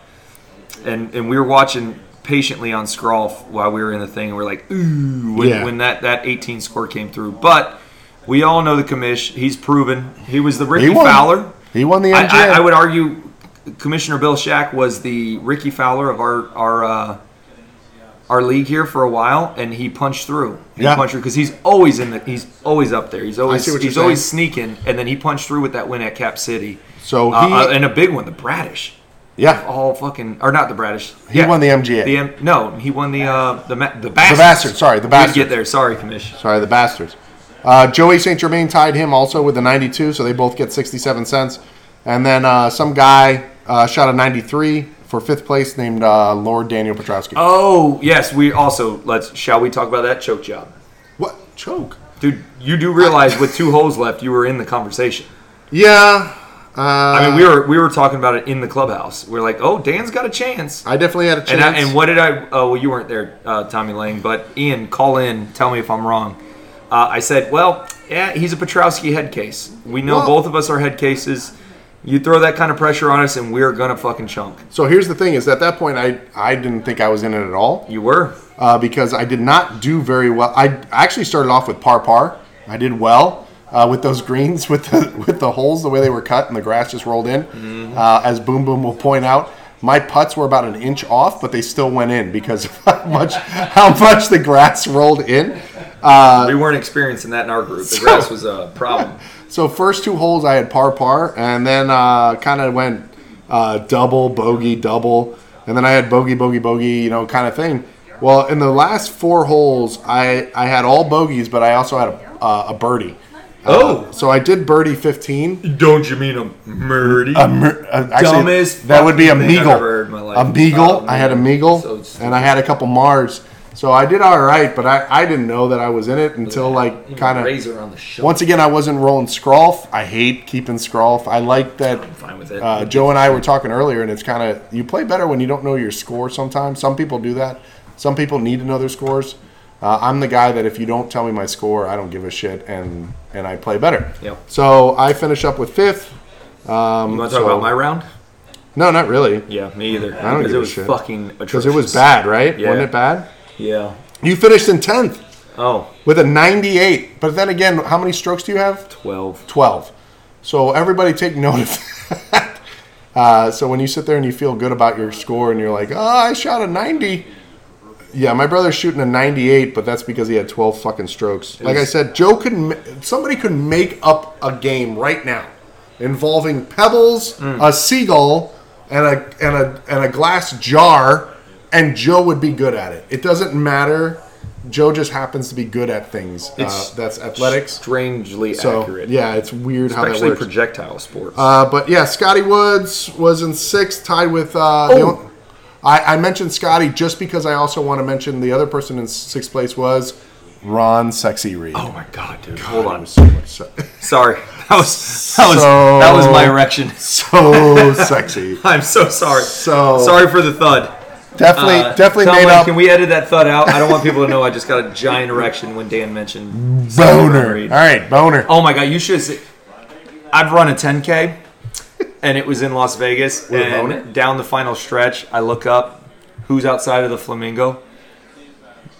and and we were watching patiently on Scrawl while we were in the thing, and we are like, ooh, when,
Yeah.
when that that 18 score came through. But we all know the commish; he's proven he was the Ricky
won.
Fowler.
He won the
I,
MJ.
I, I would argue Commissioner Bill Shack was the Ricky Fowler of our our uh, our league here for a while, and he punched through. He
Yeah.
punched through because he's always in the he's always up there. He's always
see what you're
he's always sneaking, and then he punched through with that win at Cap City.
So
Uh,
he-
uh, and a big one, the Bradish.
yeah.
All fucking or not the Bradish.
He won the MGA.
The M, no, he won the uh, the ma- the Bastards.
Bastards, sorry, the
We
Bastards.
Get there, sorry, Commish.
Sorry, the bastards. Uh, Joey St. Germain tied him also with a 92, so they both get 67 cents. And then uh, some guy uh, shot a 93 for fifth place named uh, Lord Daniel Petrowski.
Oh yes, we also let's shall we talk about that choke job,
What? Choke?
dude? You do realize with two holes left, you were in the conversation.
Yeah. Uh,
I mean, we were we were talking about it in the clubhouse. We are like, oh, Dan's got a chance.
I definitely had a Uh, chance.
And, I, and what did I? Oh, well, you weren't there, uh, Tommy Lang. But Ian, call in. Tell me if I'm wrong. Uh, I said, well, yeah, he's a Petrowski head case. We know
Well-
both of us are head cases. You throw that kind of pressure on us, and we're gonna fucking chunk.
so here's the thing: is at that point, I I didn't think I was in it at all
You were.
uh, because I did not do very well. I actually started off with par par. I did well uh, with those greens with the with the holes the way they were cut and the grass just rolled in. Uh, as Boom Boom will point out, my putts were about an inch off, but they still went in because of how much how much the grass rolled in. Uh,
we weren't experiencing that in our group. The grass was a problem.
So first two holes I had par par, and then uh, kind of went uh, double bogey double, and then I had bogey bogey bogey, you know, kind of thing. Well, in the last four holes, I I had all bogeys, but I also had a, uh, a birdie.
Oh.
so I did birdie fifteen.
Don't you mean a murder?
A mer- uh, actually,
Dumbest
that would be a
fucking thing I've
meagle.
ever heard in my life.
A meagle.
Oh,
I had a
man.
meagle,
So stupid.
and I had a couple mars. So I did all right, but I, I didn't know that I was in it until like kind of
razor on the shoulder.
once again, I wasn't rolling Scrolf. I hate keeping Scrolf. I like that.
I'm fine with it.
Uh, Joe and I were talking earlier, and it's kind of you play better when you don't know your score. Sometimes some people do that. Some people need to know their scores. Uh, I'm the guy that if you don't tell me my score, I don't give a shit, and and I play better.
Yep.
So I finish up with fifth. Um,
You want to talk
so-
about my round?
No, not really,
Yeah, me either.
I don't
because
give
it
a
was
shit.
fucking
because
atrocious.
it was bad, right?
Yeah.
Wasn't it bad?
Yeah.
You finished in tenth
Oh,
with a 98, but then again, how many strokes do you have?
12.
12. So everybody take note of that. Uh, so when you sit there and you feel good about your score and you're like, oh, I shot a 90. Yeah, my brother's shooting a 98, but that's because he had 12 fucking strokes. Like I said, Joe could, ma- somebody could make up a game right now involving pebbles, a seagull, and a and a and a glass jar, and Joe would be good at it. It doesn't matter. Joe just happens to be good at things. Uh,
It's-
that's athletics.
Strangely
So
accurate.
yeah, it's weird how that
Especially
works.
projectile sports.
uh, but yeah, Scotty Woods was in sixth, tied with. Uh, the on- I, I mentioned Scotty just because I also want to mention the other person in sixth place was Ron Sexy Reed.
oh my god, dude. Hold
It
on.
was so much se-
Sorry. That was that was
So-
that was my erection.
so sexy.
I'm so sorry.
So-
sorry for the thud.
Definitely,
Uh,
definitely
Tomlin,
made up.
Can we edit that thud out? I don't want people to know I just got a giant erection when Dan mentioned
Boner.
Reed.
All right, boner.
Oh my god, you should. See, I've run a 10k, and it was in Las Vegas.
With a
and
boner?
down the final stretch, I look up, who's outside of the flamingo?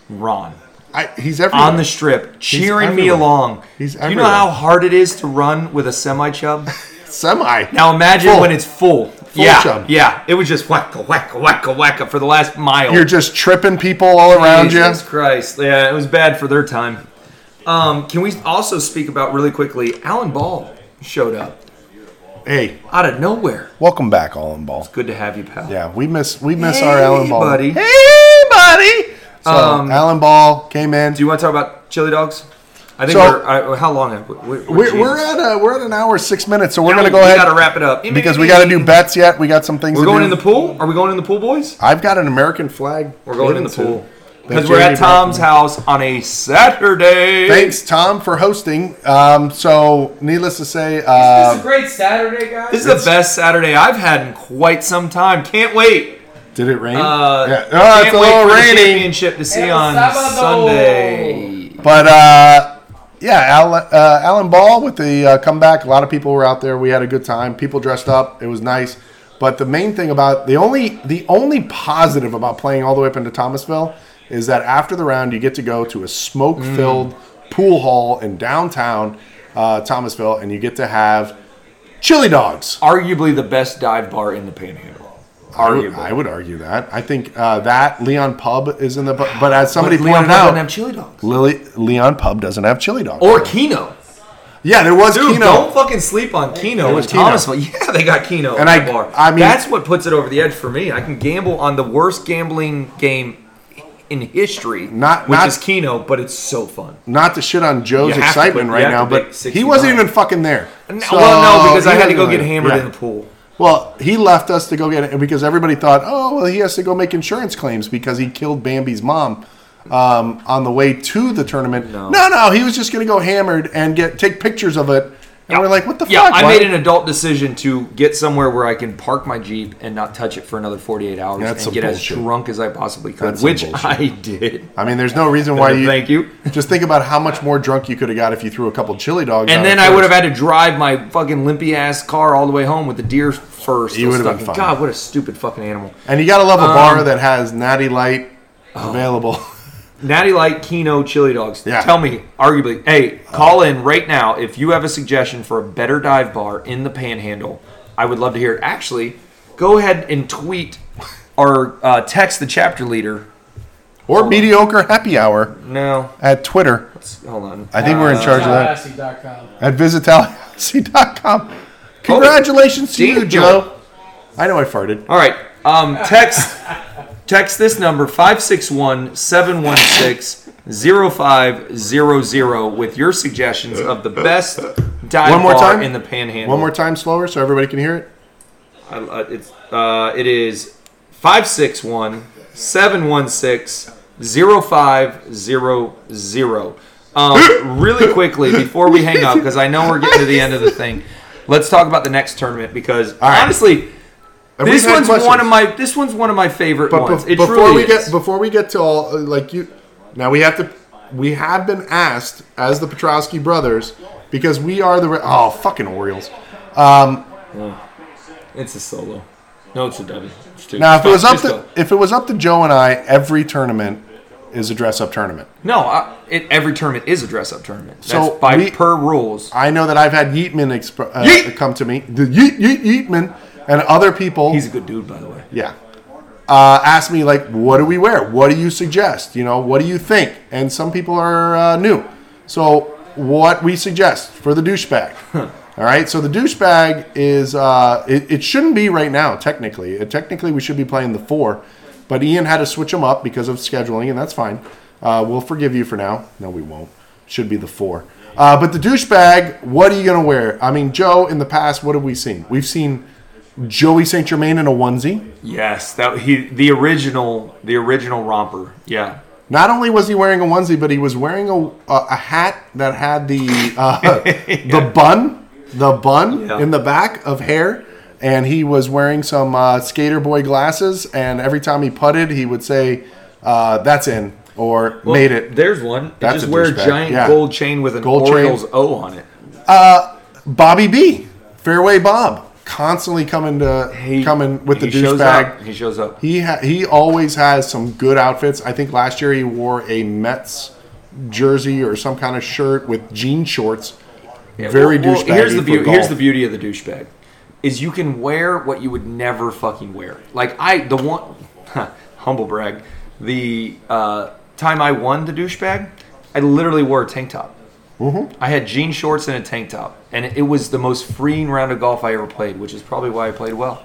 Ron
I, he's everywhere.
on the strip, cheering me
everywhere.
along.
He's
Do you know
everywhere.
how hard it is to run with a semi chub?
semi.
Now imagine
Full.
when it's full. yeah,
chub.
yeah. It was just whacka whacka whacka whacka for the last mile.
You're just tripping people all around
Jesus
you.
Christ. Yeah, it was bad for their time. Um, can we also speak about really quickly? Alan Ball showed up
Hey,
out of nowhere.
welcome back, all in ball.
Good to have you, pal.
Yeah, we miss we miss our Allen Ball.
buddy.
Hey, buddy. So
Um,
Allen Ball came in.
Do you want to talk about chili dogs? I think
So-
we're I, how long? have- We're,
we're,
Jesus.
we're at a, we're at an hour six minutes, so we're
we
gonna go ahead
Got to wrap it up
because we got to do bets yet. We got some things.
We're
to
going
do.
in the pool. Are we going in the pool, boys?
I've got an American flag.
We're going in the
given to-
pool
that
because we're
Jeremy
at Tom's
Bracken-
house on a Saturday.
Thanks, Tom, for hosting. Um, so, needless to say, uh,
This is a great Saturday, guys.
This is the best Saturday I've had in quite some time. Can't wait.
did it rain?
Uh,
yeah. Oh, it's
can't
a
wait
little
for the
rainy.
championship to see
El
on
Sábado.
Sunday.
But uh, yeah, Al, uh, Alan Ball with the uh, comeback. A lot of people were out there. We had a good time. People dressed up. It was nice. But the main thing about the only the only positive about playing all the way up into Thomasville is that after the round, you get to go to a smoke filled
Mm.
pool hall in downtown uh, Thomasville, and you get to have chili dogs.
Arguably the best dive bar in the Panhandle.
I would,
Arguably.
I would argue that. I think uh, that Leon Pub is in the bu- but as somebody
But Leon
pointed
Pub doesn't
out,
have chili dogs.
Lily, Leon Pub doesn't have chili dogs.
Or Kino.
yeah, there was
Dude,
Kino.
don't fucking sleep on Kino.
was
in
Kino.
Thomasville. Yeah, they got Kino.
And
at
I-
the bar.
I mean-
that's what puts it over the edge for me. I can gamble on the worst gambling game in history,
Not-
which
not-
is Kino, but it's so fun.
not to shit on Joe's
You have to
excitement
put-
right
you have
now,
to pick
but he
69.
wasn't even fucking there. So-
well, no, because I
he
had to go
wasn't
get
even-
hammered
yeah.
in the pool.
Well, he left us to go get it because everybody thought, oh, well, he has to go make insurance claims because he killed Bambi's mom um, on the way to the tournament. No,
No.
no, he was just going to go hammered and get take pictures of it. And we're like, what the
Yeah,
fuck?
I
Why-
made an adult decision to get somewhere where I can park my Jeep and not touch it for another 48 hours
That's some
and get
bullshit.
as drunk as I possibly could,
That's some
which
bullshit.
I did.
I mean, there's no reason why you.
Thank you.
Just think about how much more drunk you could have got if you threw a couple chili dogs.
And
out
then
at
I would have
first.
had to drive my fucking limpy ass car all the way home with the deer first.
You would have been fine.
God, what a stupid fucking animal.
And you got to love a
Um,
bar that has Natty Light
oh.
available.
Natty Light Kino Chili Dogs.
Yeah. Uh,
Tell me, arguably, hey, call in right now if you have a suggestion for a better dive bar in the Panhandle. I would love to hear it. Actually, go ahead and tweet or uh, text the chapter leader.
or mediocre happy hour
No,
at Twitter.
hold on.
I think we're in charge of that.
Tallahassee.com.
At visitality.com. Congratulations to you,
Oh, damn,
Joe. I know I farted.
All right. Um, text text this number 561-716-0500 with your suggestions of the best dive
One more
bar
time?
in the panhandle.
One more time slower so everybody can hear it.
I, uh, it's uh, it is 561-716-0500. Um, really quickly before we hang up because I know we're getting to the end of the thing. Let's talk about the next tournament because
right.
honestly
And we've
this
had
one's
questions.
one of my this one's one of my favorite
But
ones.
bef-
It
before
truly
we
is.
get before we get to all uh, like you Now we have to. We have been asked as the Petrowski brothers because we are the re- oh fucking Orioles.
It's a solo. No, it's a W. It's two.
Now if it
Stop,
was up
just
to
go.
if it was up to Joe and I, every tournament is a dress up tournament.
no, I, it, every tournament is a dress-up tournament. That's
So
by
we-
per rules.
I know that I've had Yeatman exp- uh,
Yeet!
come to me, the Yeet, Yeet, Yeatman, and other people.
He's a good dude, by the way.
yeah. Uh, ask me like, what do we wear? What do you suggest? You know, what do you think? And some people are uh, new, so what we suggest for the douchebag. All right, so the douchebag is uh, it, it shouldn't be right now technically. Uh, technically, we should be playing the four, but Ian had to switch them up because of scheduling, and that's fine. Uh, we'll forgive you for now. No, we won't. Should be the four. Uh, but the douchebag, what are you gonna wear? I mean, Joe, in the past, what have we seen? We've seen Joey Saint Germain in a onesie.
Yes, that he the original the original romper. Yeah.
Not only was he wearing a onesie, but he was wearing a, a, a hat that had the uh, the bun, the bun
Yeah.
in the back of hair, and he was wearing some uh, skater boy glasses. And every time he putted, he would say, uh, "That's in" or "Made it."
There's one.
That's
just
a
wear a
douchebag.
giant
Yeah.
gold chain with an
Gold chain.
Orioles O on it.
Bobby B, Fairway Bob, constantly coming to
He-
coming with the
he shows
douchebag.
up. He shows up.
He ha- he always has some good outfits. I think last year he wore a Mets jersey or some kind of shirt with jean shorts. Very
Well, well,
douchebag.
Here's the
beauty.
beauty. Here's the beauty of the douchebag, is you can wear what you would never fucking wear. Like I, the one, humble brag, the uh, time I won the douchebag, I literally wore a tank top.
Mm-hmm.
I had jean shorts and a tank top, and it was the most freeing round of golf I ever played, which is probably why I played well.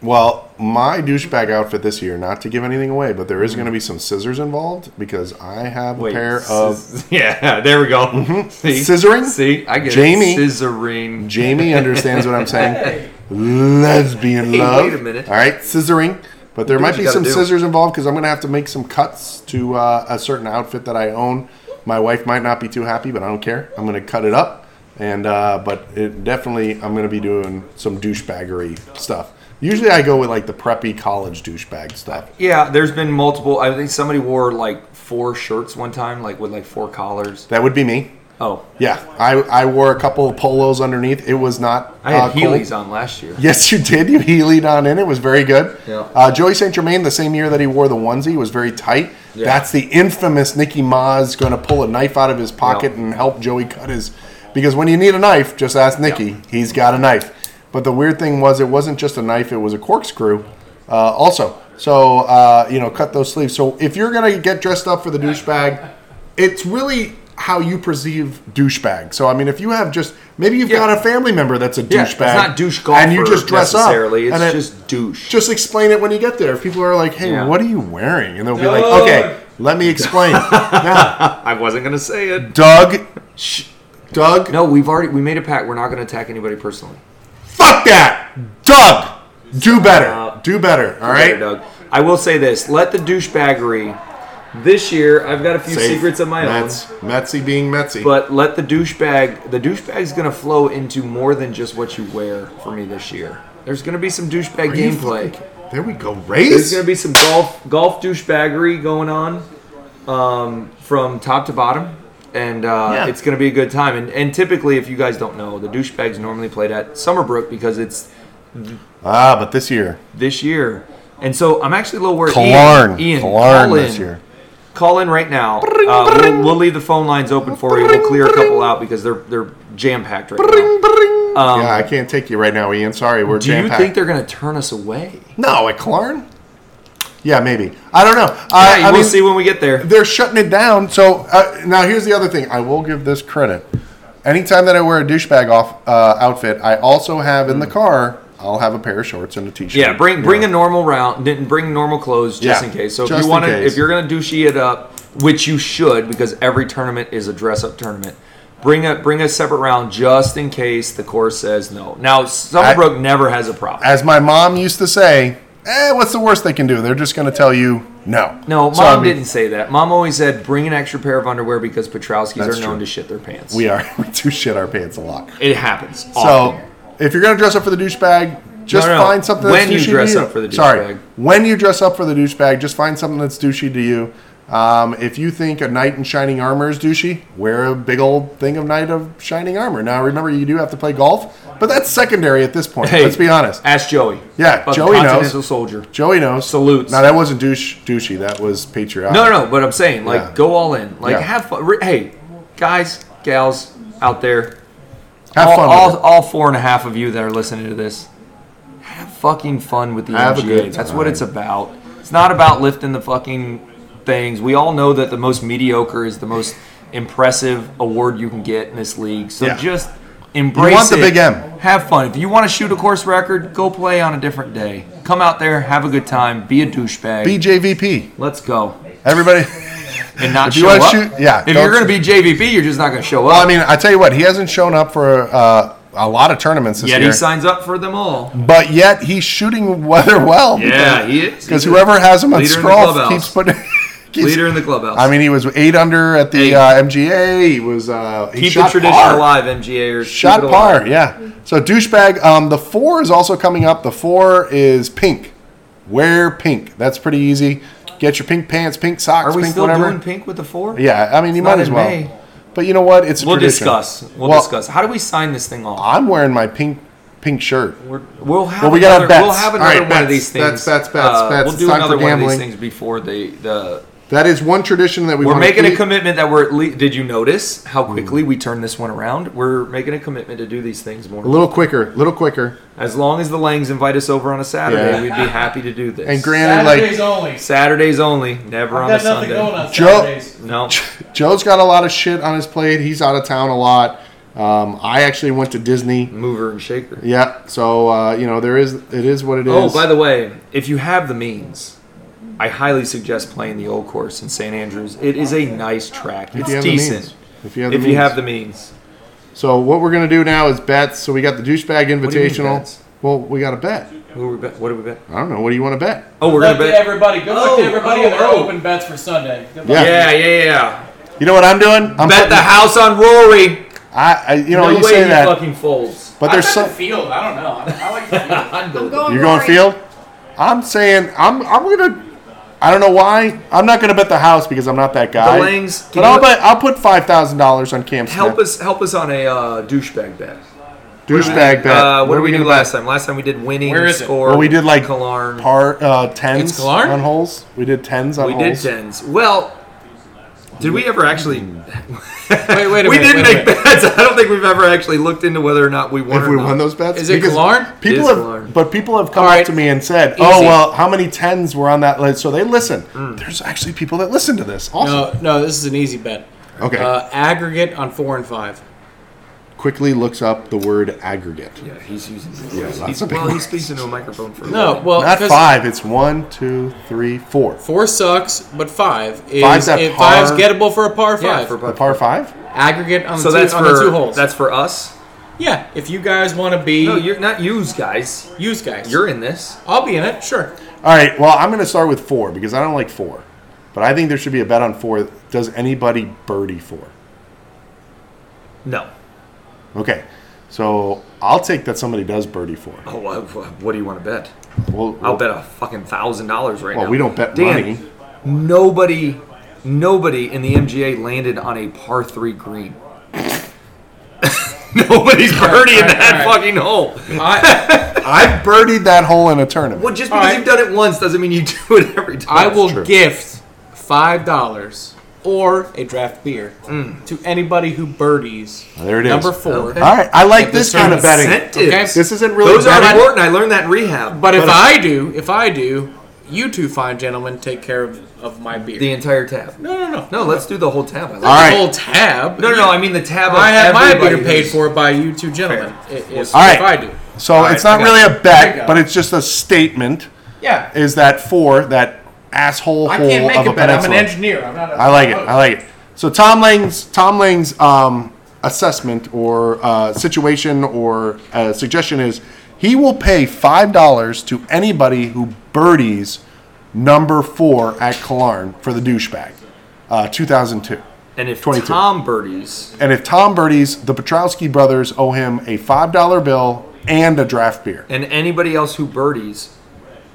Well, my douchebag outfit this year, not to give anything away, but there is going to be some scissors involved because I have a pair of Mm-hmm.
sciss- yeah, there we go. See?
Scissoring?
See, I get
Jamie.
it. scissoring.
Jamie understands what I'm saying. Lesbian
Hey,
love.
wait a minute.
All right, scissoring. But there
Do
might
what you
be
gotta
some
do.
scissors involved because I'm going to have to make some cuts to uh, a certain outfit that I own. My wife might not be too happy, but I don't care. I'm going to cut it up, and uh, but it definitely I'm going to be doing some douchebaggery stuff. Usually I go with like the preppy college douchebag stuff.
Yeah, there's been multiple. I think somebody wore like four shirts one time, like with like four collars.
That would be me.
Oh,
Yeah, I, I wore a couple of polos underneath. It was not.
I had
uh, cold.
Heelys on last year.
Yes, you did. You Heeled on in. It was very good.
Yeah.
Uh, Joey St. Germain, the same year that he wore the onesie, was very tight.
Yeah.
That's the infamous Nicky Maz going to pull a knife out of his pocket
Yeah.
and help Joey cut his. Because when you need a knife, just ask Nicky. He's got a knife. But the weird thing was, it wasn't just a knife, it was a corkscrew uh, also. So, uh, you know, cut those sleeves. So if you're going to get dressed up for the douchebag, it's really how you perceive douchebag. So, I mean, if you have just, maybe you've
Yeah.
got a family member that's a douchebag.
Yeah, it's not douche golfer
And you just dress up.
necessarily. It's
and it-
just douche.
just explain it when you get there. If people are like, hey,
Yeah.
what are you wearing? And they'll be
Doug.
like, okay, let me explain. now,
I wasn't gonna say it.
Doug, sh- Doug,
No, we've already we made a pact. We're not gonna attack anybody personally.
fuck that. Doug, do better. Do better. All
Right,
right?
Doug. I will say this: let the douchebaggery. This year, I've got a few
Safe.
secrets of my
Mets,
own.
Metsy being Metsy.
But let the douchebag, the douchebag's gonna flow into more than just what you wear for me this year. There's gonna be some douchebag
Are you
gameplay.
fucking- there we go.
There's
Race.
gonna be some golf golf douchebaggery going on um, from top to bottom, and uh,
Yeah.
it's gonna be a good time. And, and typically, if you guys don't know, the douchebags normally played at Summerbrook because it's
ah, but this year,
this year. And so I'm actually a little worried.
Killarn.
Ian, Ian,
Killarn
call in.
this year.
Call in right now. Uh, we'll, we'll leave the phone lines open for you. We'll clear a couple out because they're they're jam packed right now.
yeah, I can't take you right now, Ian. Sorry, we're
Um, Do you
jam-packed.
think they're gonna turn us away?
no at Clarn? Yeah, maybe. I don't know. I,
Hey,
I
we'll
mean,
see when we get there.
they're shutting it down. So uh, now here's the other thing. I will give this credit. Anytime that I wear a douchebag off uh, outfit, I also have in the car. I'll have a pair of shorts and a t-shirt.
Hmm. Yeah, bring
you
bring
know.
a normal round. didn't Bring normal clothes just
Yeah,
in case. So if
just
you
in
want to,
case.
if you're gonna douchey it up, which you should, because every tournament is a dress up tournament. Bring a bring a separate round just in case the course says no. Now Summerbrook never has a problem.
As my mom used to say, "Eh, what's the worst they can do? They're just going to tell you no."
no, mom
So, I mean,
didn't say that. Mom always said bring an extra pair of underwear because Petrowskis are
That's
known
true.
to shit their pants.
We are we do shit our pants a lot.
It happens.
So
Often.
if you're going to dress up for the douchebag, just
No, no, no.
find something
When
that's douchey
you dress
to you.
up for the
Sorry,
douchebag.
when you dress up for the douchebag, just find something that's douchey to you. Um, if you think a knight in shining armor is douchey, wear a big old thing of knight of shining armor. Now, remember, you do have to play golf, but that's secondary at this point. let's be honest.
Ask Joey.
Yeah,
About
Joey
the
knows.
Continental Soldier.
Joey knows.
Salutes.
Now that wasn't douche, douchey. That was patriotic.
No, no, no. But I'm saying, like,
Yeah.
go all in. Like,
Yeah.
have fun. Re- Hey, guys, gals out there,
Have
all,
fun.
all,
with it.
all four and a half of you that are listening to this, have fucking fun with the
Have a
MGA.
good
That's
time.
what it's about. It's not about lifting the fucking things. We all know that the most mediocre is the most impressive award you can get in this league. So
Yeah.
just embrace
You want the
it.
big M.
Have fun. If you want to shoot a course record, go play on a different day. Come out there, have a good time, be a douchebag.
BJVP.
Let's go
Everybody.
and not
If you
show
wanna
up.
shoot- yeah,
If
don't
you're going to be JVP, you're just not going to show up.
Well, I mean, I tell you what, he hasn't shown up for uh, a lot of tournaments this
Yet
year,
he signs up for them all.
but yet he's shooting rather well.
Yeah, he is.
because
He's a
whoever has him on
leader in the
scroll
clubhouse.
keeps putting. keeps-
Leader in the clubhouse.
I mean, he was eight under at the
Eight.
uh, MGA. He was uh, he
keep the
shot
tradition
par.
alive, MGA. Or
Shot par, yeah. So douchebag. Um, the four is also coming up. The four is pink. Wear pink. That's pretty easy. Get your pink pants, pink socks,
Are we
pink
still
whatever.
doing pink with the four?
Yeah, I mean, you
not
might as
in
well.
May.
But you know what? It's a
We'll
tradition.
discuss. We'll,
Well,
discuss. How do we sign this thing off?
I'm wearing my pink pink shirt.
We're, we'll have
Well, we gotta
another,
have
we'll
bets.
have
All
another
right,
one of
bets.
these things.
Bets, bets, bets,
Uh,
bets.
We'll
It's
do
time
another
for
one of these
gambling.
things before the the.
That is one tradition that we
We're
wanna
making a
keep. Hmm.
commitment that we're at least. Did you notice how quickly we turned this one around? We're making a commitment to do these things more.
a little quicker, a little quicker.
As long as the Langs invite us over on a Saturday,
Yeah.
we'd be happy to do this.
And granted,
Saturdays
like
only.
Saturdays only, never on a
Got nothing
Sunday.
going on
Joe-
Saturdays.
No,
Joe's got a lot of shit on his plate. He's out of town a lot. Um, I actually went to Disney.
mover and shaker.
Yeah, so uh, you know there is it is what it is.
Oh, by the way, if you have the means, I highly suggest playing the old course in St. Andrews. It is a nice track.
if
It's
you have
decent.
The means. If you have the
if
means.
you have the means.
so what we're gonna do now is bets. So we got the douchebag
do you mean
invitational.
bets?
well, we got a bet.
Who are we bet? What do we bet?
I don't know. What do you want to bet?
Oh, we're
Good luck
gonna
to
bet.
everybody. Good luck to
Oh,
everybody and their
oh, oh.
open bets for Sunday. Good
Yeah.
luck.
Yeah, yeah, yeah.
You know what I'm doing? I'm
Bet
putting-
the house on Rory.
I, I you know
no
you
way
say
he
that,
fucking folds.
but
I
there's
got
some.
the field. I don't know. I, I like the field.
I'm
I'm
going.
going.
You're going
Rory.
field? I'm saying I'm I'm gonna. I don't know why. I'm not gonna bet the house because I'm not that guy.
The Langs, can
but I'll
you-
bet. I'll put five thousand dollars on Cam Smith.
Help us, help us on a uh, douchebag bet.
douchebag bet.
Uh, what, did we, do
gonna
last time? Last time we did winning
Where is it?
score.
Well, we did like
Killarn.
bet? par uh, tens
It's Galar?
on holes. We did tens on
We did
holes.
tens. Well, did we ever actually?
Wait, wait a
we
minute.
didn't
wait a
make
minute.
bets. I don't think we've ever actually looked into whether or not we won.
If
or
we
not.
won those bets,
Is it
Because
Galar?
People
It is
have,
Galar.
but people have come
All
up
right.
to me and said, "Oh
Easy.
well, how many tens were on that list?" So they listen.
Hmm.
There's actually people that listen to this. Also,
No, uh, no, this is an easy bet.
okay.
Uh, aggregate on four and five.
Quickly looks up the word aggregate.
Yeah, he's using. Yeah,
lots
he's,
of big
well, he
words.
speaks into a microphone for a
No,
living.
well,
Not
'cause
five. It's one, two, three, four.
Four sucks, but five is
Five's that
it,
par-
five's gettable for a par five.
Yeah, for
The par five.
aggregate on,
so
the,
that's
two,
for
on the two holes.
that's for us.
yeah, if you guys want to be
No, you're not yous guys.
use guys,
You're in this.
I'll be in it. Sure.
All right. Well, I'm going to start with four because I don't like four, but I think there should be a bet on four. Does anybody birdie four?
No.
Okay. So I'll take that somebody does birdie four.
Oh, uh, wh- what do you want to bet?
Well,
I'll bet a fucking thousand dollars right
Well,
now.
Oh, we don't bet
Dan,
money.
Nobody, nobody in the MGA landed on a par three green. Nobody's birdieing
all right,
that
all right.
fucking hole.
I
I've birdied that hole in a tournament.
Well, just because
All right.
you've done it once doesn't mean you do it every time.
I will
true.
gift five dollars or a draft beer to anybody who birdies.
There it is.
Number four.
Okay.
All right. I like
Like
this
this
kind of
tournament's
betting.
Incentives.
This isn't really.
Those are
betting.
important. I learned that in rehab.
But if I do, if I do, you two fine gentlemen take care of, of my beer.
the entire tab.
no, no, no.
No, let's do the whole tab. I like
All
The
right.
whole tab.
it. No, no, no. I mean the tab. Of
I have my
everybody
beer paid
who's-
for by you two gentlemen. i- If,
All right.
if I do.
So
right,
it's not
I got
really
you.
a
you
bet,
go.
but it's just a statement.
Yeah.
Is that four? That asshole
I
hole
can't make
of
a bet. I'm an
peninsula.
engineer. I'm not a
I like it. I like it. So Tom Lang's Tom Lang's um, assessment or uh, situation or uh, suggestion is he will pay five dollars to anybody who birdies number four at Killarn for the douchebag, uh, 2002.
And if
22.
Tom birdies,
And if Tom birdies, the Petrowski brothers owe him a five dollar bill and a draft beer.
and anybody else who birdies,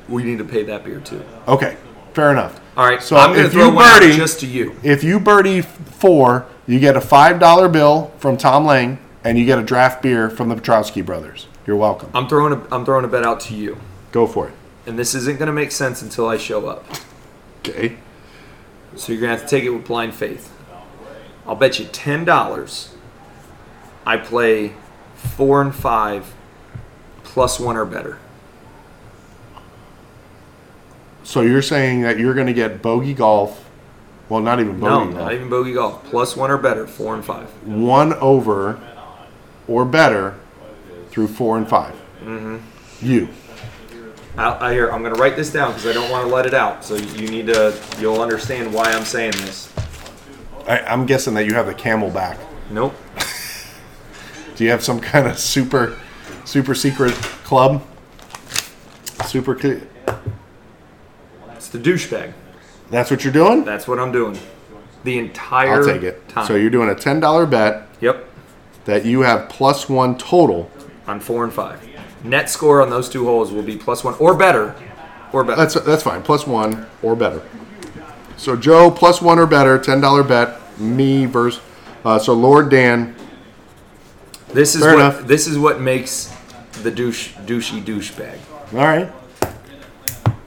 we need to pay that beer too.
Okay, fair enough.
All right,
So
so I'm going
if
to throw
you
one out
birdie-
just to you.
If you birdie four, you get a five dollar bill from Tom Lang, and you get a draft beer from the Petrowski brothers. You're welcome.
I'm throwing a I'm throwing a bet out to you,
Go for it.
and this isn't going to make sense until I show up.
Okay.
So you're going to have to take it with blind faith. I'll bet you ten dollars. I play four and five, plus one or better.
So you're saying that you're going to get bogey golf? Well, not even
No,
bogey golf.
not even bogey golf. Plus one or better, four and five.
One over or better through four and 5 Mm-hmm. You.
I, I here. I'm going to write this down because I don't want to let it out. So you need to. You'll understand why I'm saying this.
I, I'm guessing that you have the camel back.
Nope.
Do you have some kind of super, super secret club? Super. cl-
It's the douchebag.
That's what you're doing.
That's what I'm doing. The entire
I'll take it.
time.
So you're doing a ten dollar bet
Yep.
that you have plus one total.
On four and five. Net score on those two holes will be plus one or better. Or better.
That's that's fine. Plus one or better. So Joe plus one or better, ten dollar bet. Me versus. Uh, so Lord Dan.
this is
fair
what
enough.
this is what makes the douche douchey douchebag.
All right.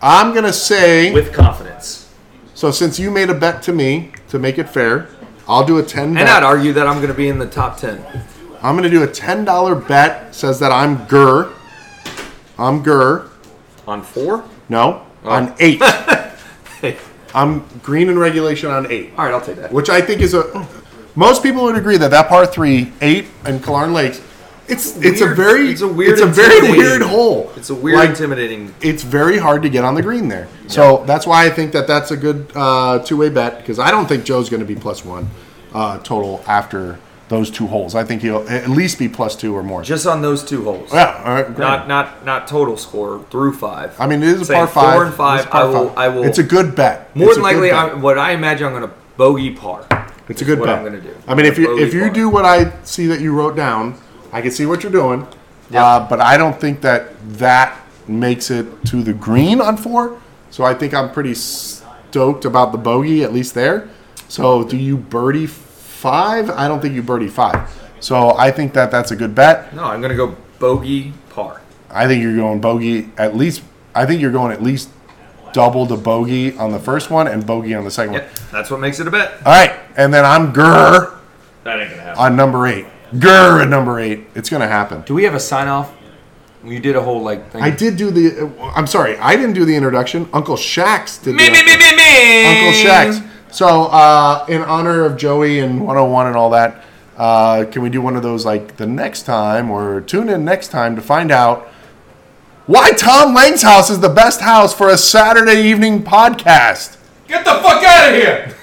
I'm gonna say.
With confidence.
so since you made a bet to me to make it fair, I'll do a ten.
And
bet.
I'd argue that I'm going to be in the top ten.
I'm gonna do a ten dollar bet. Says that I'm Gurr. I'm Gurr.
On four?
No,
Oh.
on eight.
Hey.
I'm green in regulation on eight,
All right, I'll take that.
which I think is a. Most people would agree that that par three, eight, and Killarn Lakes, it's it's a
Weird-
very
it's a weird
it's a very
intimidating-
weird hole.
It's a weird
Like,
intimidating
it's very hard to get on the green there. So that's why I think that that's a good uh, two way bet because I don't think Joe's going to be plus one uh, total after those two holes. I think he'll at least be plus two or more.
just on those two holes.
yeah, all right, great.
Not not not total score through five.
I mean, it is a
Saying
par five.
Four and five.
It's a par
I will.
five.
I will.
It's a good bet.
More
It's
than
a good
likely,
bet.
I'm, what I imagine I'm going to bogey par.
It's a
is
good
what
bet.
I'm going to do.
I mean, if you
Bogey
if you
par.
do what I see that you wrote down, I can see what you're doing.
Yeah.
Uh, but I don't think that that makes it to the green on four. So I think I'm pretty stoked about the bogey at least there. So do you birdie five? I don't think you birdie five. So I think that that's a good bet.
no, I'm going to go bogey par.
I think you're going bogey at least. I think you're going at least double the bogey on the first one and bogey on the second
Yep,
one.
that's what makes it a bet.
All right, and then I'm grr
That ain't going to happen.
on number eight. Grr at number eight. It's gonna happen.
Do we have a sign off? You did a whole like thing.
I did do the. uh, I'm sorry, I didn't do the introduction. Uncle Shax did. the
me, me.
Uncle Shax. So, uh, in honor of Joey and 101 and all that, uh, can we do one of those like the next time or tune in next time to find out why Tom Lang's house is the best house for a Saturday evening podcast?
Get the fuck out of here!